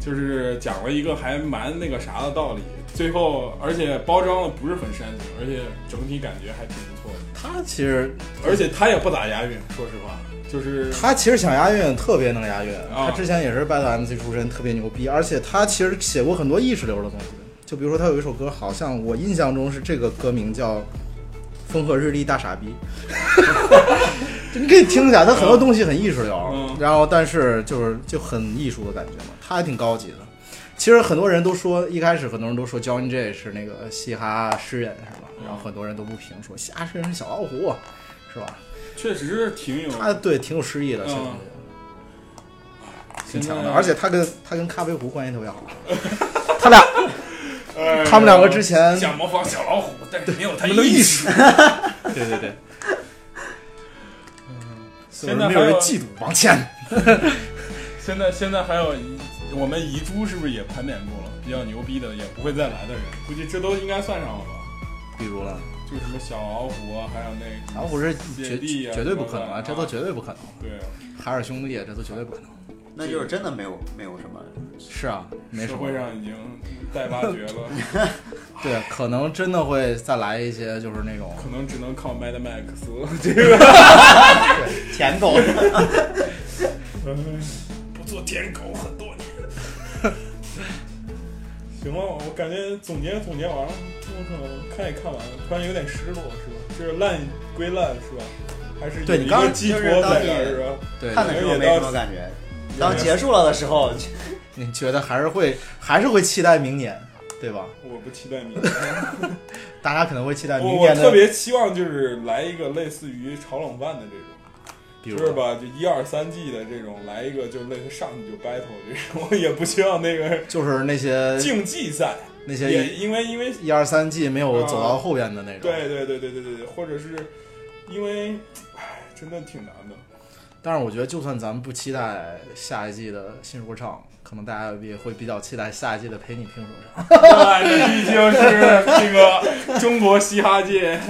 Speaker 1: 就是讲了一个还蛮那个啥的道理。最后而且包装的不是很煽情，而且整体感觉还挺不错的。
Speaker 2: 他其实，
Speaker 1: 而且他也不咋押韵，说实话，就是
Speaker 2: 他其实想押韵，特别能押韵。
Speaker 1: 啊
Speaker 2: 他之前也是 battle MC 出身，特别牛逼，而且他其实写过很多意识流的东西。就比如说他有一首歌，好像我印象中是这个歌名叫《风和日丽大傻逼》， (laughs) 就你可以听一下，他很多东西很意识
Speaker 1: 嗯
Speaker 2: 流，然后但是就是就很艺术的感觉嘛，他还挺高级的。其实很多人都说，一开始很多人都说 John Jay 是那个嘻哈诗人是吧？然后很多人都不评说嘻哈诗人是小老虎，啊是吧？
Speaker 1: 确实是挺有
Speaker 2: 他对挺有诗意的，其实
Speaker 1: 嗯
Speaker 2: 挺强
Speaker 1: 现
Speaker 2: 的。
Speaker 1: 在
Speaker 2: 而且他跟他跟咖啡壶关系特别
Speaker 1: (laughs)
Speaker 2: 好，他俩
Speaker 1: 哎
Speaker 2: 他们两个之前
Speaker 1: 想模仿小老虎，但是没有他
Speaker 2: 没有
Speaker 1: 意
Speaker 2: 意
Speaker 1: 识
Speaker 2: 识。
Speaker 1: (laughs) 对对对。
Speaker 2: 所以
Speaker 1: 现
Speaker 2: 说
Speaker 1: 在
Speaker 2: 没
Speaker 1: 还
Speaker 2: 有人嫉妒王倩。
Speaker 1: 现在现在还有一我们遗珠是不是也盘点过了？比较牛逼的也不会再来的人，估计这都应该算上了吧？
Speaker 2: 比如了，
Speaker 1: 就什么小老虎啊，还有那个
Speaker 2: 老虎是
Speaker 1: 姐
Speaker 2: 绝
Speaker 1: 弟啊，
Speaker 2: 绝对不
Speaker 1: 什么
Speaker 2: 可
Speaker 1: 的
Speaker 2: 能啊，这都绝对不可能。
Speaker 1: 对，
Speaker 2: 海尔兄弟这都绝对不可能。
Speaker 3: 那就是真的没有没有什么。
Speaker 2: 是啊，没什
Speaker 1: 社
Speaker 2: 么
Speaker 1: 会上已经待挖掘
Speaker 2: (laughs)
Speaker 1: 了，
Speaker 2: 对，可能真的会再来一些，就是那种
Speaker 1: 可能只能靠 Mad
Speaker 2: (laughs)
Speaker 1: Max 这个
Speaker 3: 舔狗
Speaker 1: 不做舔狗很多年。行了，我感觉总结总结完了，我可能看也看完了，突然有点失落，是吧？就是烂归烂，是吧？还是有
Speaker 3: 对
Speaker 1: 一
Speaker 3: 你
Speaker 1: 个
Speaker 3: 刚
Speaker 1: 寄托
Speaker 3: 就是当
Speaker 1: 在
Speaker 3: 你
Speaker 1: 那儿，是吧？
Speaker 3: (laughs) 看的时候没什么感觉，当结束了的时候，
Speaker 2: 你觉得还是会还是会期待明年，对吧？
Speaker 1: 我不期待
Speaker 3: (laughs)
Speaker 1: 明年，
Speaker 2: 大家可能会期待
Speaker 1: 我
Speaker 2: 明
Speaker 1: 我
Speaker 2: 年
Speaker 1: 特
Speaker 2: 的
Speaker 1: 别期望就是来一个类似于炒冷饭的这种。
Speaker 2: 比如
Speaker 1: 就是吧，就一二三季的这种，来一个就类似上去就 battle 这种， (laughs) 也不需要那个
Speaker 2: 就是那些
Speaker 1: 竞技
Speaker 3: (laughs)
Speaker 1: 赛，
Speaker 2: 那些
Speaker 1: 也因为因为
Speaker 2: 一二三季没有走到后边的那种。
Speaker 1: 啊对对对对对对对，或者是因为，唉，真的挺难的。
Speaker 2: 但是我觉得，就算咱们不期待下一季的新说唱，可能大家也会比较期待下一季的陪你听说唱。
Speaker 1: 哇这毕竟是这个中国嘻哈界，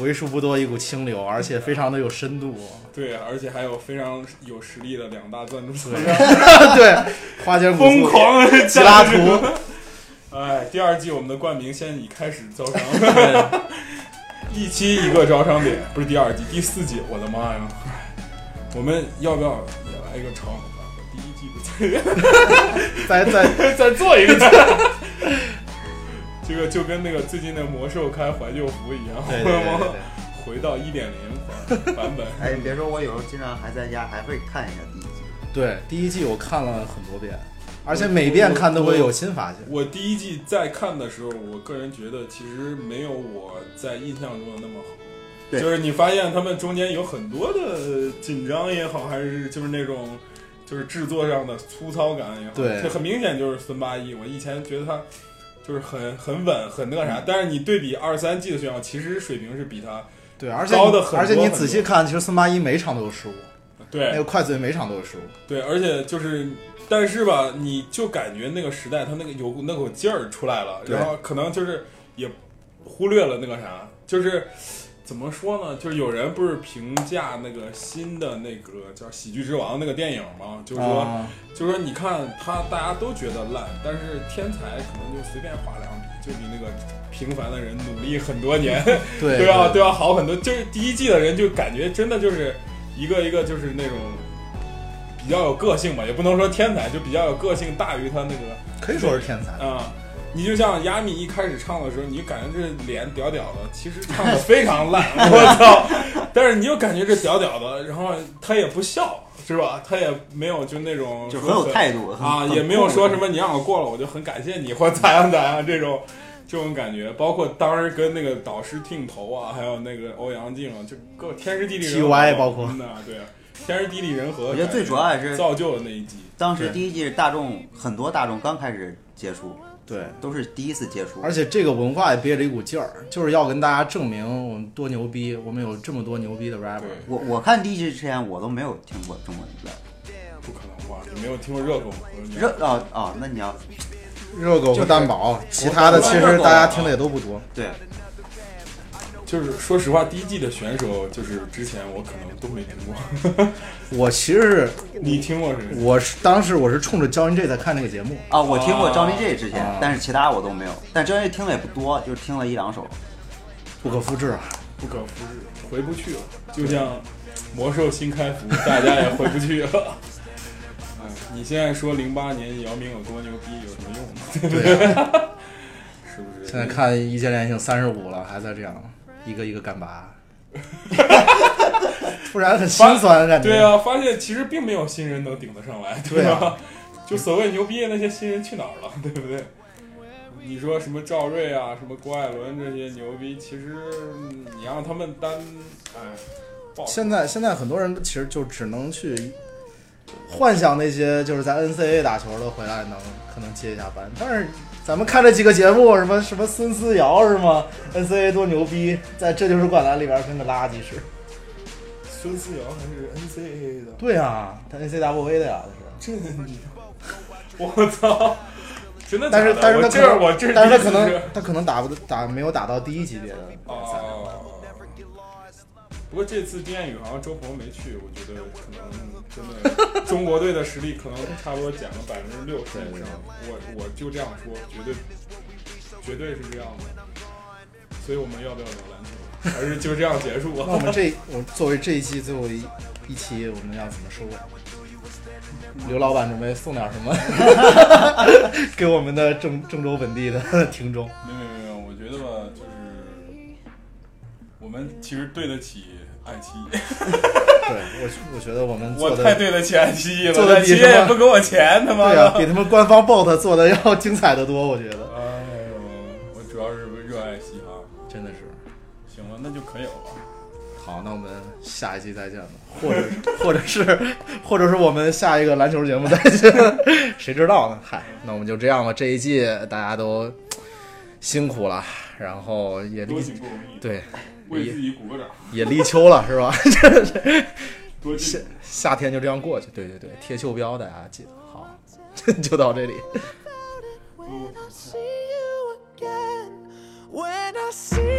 Speaker 2: 为数不多一股清流，而且非常的有深
Speaker 1: (laughs)
Speaker 2: 度。
Speaker 1: 对，而且还有非常有实力的两大赞助商，
Speaker 2: 对花千骨
Speaker 1: 疯狂的赞助
Speaker 2: 吉拉图。
Speaker 1: 哎，第二季我们的冠名现在已开始招商，一期一个招商点，不是第二季，第四季，我的妈呀！我们要不要也来一个长？第一季不
Speaker 2: 再
Speaker 1: (laughs)
Speaker 2: 再
Speaker 1: 再做一个，这个就跟那个最近的魔兽开怀旧服一样，
Speaker 3: 对对对对对
Speaker 1: 回到一点零版本。嗯
Speaker 3: 哎，别说我有时候经常还在家还会看一下第一集，
Speaker 2: 对，第一季我看了很多遍，而且每遍看都会有新发现。
Speaker 1: 我第一季在看的时候，我个人觉得其实没有我在印象中的那么好。
Speaker 3: 对
Speaker 1: 就是你发现他们中间有很多的紧张也好，还是就是那种就是制作上的粗糙感也好，
Speaker 2: 对
Speaker 1: 这很明显就是孙八一。我以前觉得他就是很很稳，很那个啥，但是你对比二三季的选手，其实水平是比他
Speaker 2: 对，而且
Speaker 1: 高的很多
Speaker 2: 而且你
Speaker 1: 很多
Speaker 2: 仔细看，其实三八一每场都有失误，
Speaker 1: 对
Speaker 2: 那个快嘴每场都有失误。
Speaker 1: 对，而且就是，但是吧，你就感觉那个时代，他那个有股那股劲儿出来了，
Speaker 2: 对
Speaker 1: 然后可能就是也忽略了那个啥，就是怎么说呢？就是有人不是评价那个新的那个叫《喜剧之王》那个电影嘛，就是说，
Speaker 2: 啊
Speaker 1: 就是说，你看他大家都觉得烂，但是天才可能就随便画两笔，就比那个平凡的人努力很多年， (laughs)
Speaker 2: 对
Speaker 1: 对啊，
Speaker 2: 对
Speaker 1: 对啊，好很多。就是第一季的人就感觉真的就是一个一个就是那种比较有个性吧，也不能说天才，就比较有个性大于他那个，
Speaker 2: 可以说是天才
Speaker 1: 啊。你就像亚米一开始唱的时候，你就感觉这脸屌屌的，其实唱的非常 (laughs) 烂，我操！但是你就感觉这屌屌的，然后他也不笑，是吧？他也没有就那种
Speaker 3: 就
Speaker 1: 说
Speaker 3: 很有态度
Speaker 1: 啊，
Speaker 3: 很
Speaker 1: 也没有
Speaker 3: 很
Speaker 1: 说什么你让我过了，我就很感谢你或咋样咋样这种这种感觉。包括当时跟那个导师镜头啊，还有那个欧阳靖啊，就各天时地利人和
Speaker 2: TY 包括
Speaker 1: 嗯呐，对，天时地利人和。
Speaker 3: 我觉得最主要还是
Speaker 1: 造就了那一季。
Speaker 3: 当时
Speaker 1: 对
Speaker 3: 第一季是大众很多大众刚开始接触，
Speaker 2: 对，
Speaker 3: 都是第一次接触，
Speaker 2: 而且这个文化也憋着一股劲儿，就是要跟大家证明我们多牛逼，我们有这么多牛逼的 rapper。
Speaker 3: 我我看第一季之前我都没有听过中文的
Speaker 1: 不可能吧？你没有听过热狗？
Speaker 3: 热啊啊，那你要
Speaker 2: 热狗和蛋堡，其他的其实大家听的也都不多。
Speaker 3: 对。
Speaker 1: 就是说实话，第一季的选手就是之前我可能都没听
Speaker 2: (laughs)
Speaker 1: 过。
Speaker 2: 我其实是
Speaker 1: 你听过是？
Speaker 2: 我是当时我是冲着 Johnny J 在看那个节目
Speaker 3: 啊，我听过 Johnny J
Speaker 2: 啊
Speaker 3: 之前，
Speaker 2: 啊
Speaker 3: 但是其他我都没有。但 Johnny J 听的也不多，就是听了一两首。
Speaker 2: 不可复制啊！
Speaker 1: 不可复制，回不去了。就像魔兽新开服，大家也回不去 (laughs) 了。哎，你现在说零八年姚明有多牛逼，有什么用呢？对不
Speaker 2: 对
Speaker 1: 对？
Speaker 2: 啊
Speaker 1: (laughs) 是不是？
Speaker 2: 现在看易建联已经三十五了，还在这样一个一个干拔， (laughs) 突然很心酸的感觉。
Speaker 1: 对啊，发现其实并没有新人能顶得上来，
Speaker 2: 对
Speaker 1: 吧？
Speaker 2: 啊
Speaker 1: 就所谓牛逼的那些新人去哪儿了， (laughs) 对不对？你说什么赵睿啊，什么郭艾伦这些牛逼，其实嗯你让他们单，哎，爆
Speaker 2: 现在现在很多人其实就只能去幻想那些就是在 NCAA 打球的回来能可能接一下班，但是咱们看这几个节目，什么什么孙思瑶是吗？NCAA 多牛逼，在这就是灌篮里边跟个垃圾似的。
Speaker 1: 孙思瑶还是 NCAA
Speaker 2: (laughs)
Speaker 1: 的，
Speaker 2: 对啊，他 NCAA 的呀，
Speaker 1: 这我操！真的假
Speaker 2: 但
Speaker 1: 的，
Speaker 2: 是但
Speaker 1: 我
Speaker 2: 是他可
Speaker 1: 这儿
Speaker 2: 能
Speaker 1: 我这
Speaker 2: 但
Speaker 1: 第
Speaker 2: 是他可
Speaker 1: 一次
Speaker 2: 能
Speaker 1: 知
Speaker 2: 他可能打不打没有打到第一级别的比赛，
Speaker 1: 不过这次丁彦雨好像周鹏没去，我觉得可能真的中国队的实力可能差不多减了百分之六十以上。我我就这样说，绝对绝对是这样的。所以我们要不要聊篮球？还是就这样结束吧？
Speaker 2: 那我们这我作为这一期最后一一期，我们要怎么收尾？刘老板准备送点什么 (laughs) 给我们的郑郑州本地的听众？
Speaker 1: 没有没有没有，我觉得吧，就是我们其实对得起爱奇艺。
Speaker 2: 对我，我觉得我们
Speaker 1: 我
Speaker 2: 做得
Speaker 1: 太对得起爱奇艺了
Speaker 2: 做的
Speaker 1: 爱奇
Speaker 2: 比
Speaker 1: 艺
Speaker 2: 什么
Speaker 1: 也不给我钱他妈的
Speaker 2: 对啊，比他们官方 bot 做的要精彩的多，我觉得。
Speaker 1: 哎呦，我主要是热爱嘻哈，
Speaker 2: 真的是。
Speaker 1: 行了，那就可以了吧？
Speaker 2: 好，那我们下一期再见吧，或者是或者是或者是我们下一个篮球节目再见， (laughs) 谁知道呢？嗨，那我们就这样吧，这一季大家都辛苦了，然后也
Speaker 1: 多
Speaker 2: 立
Speaker 1: 挺不容易
Speaker 2: 对，
Speaker 1: 为
Speaker 2: 也
Speaker 1: 自己鼓个掌
Speaker 2: 也立秋了是吧？ (laughs)
Speaker 1: 多
Speaker 2: 夏夏天就这样过去，对对对，贴秋膘大家记得好， (laughs) 就到这里。
Speaker 15: when I see you again. When I see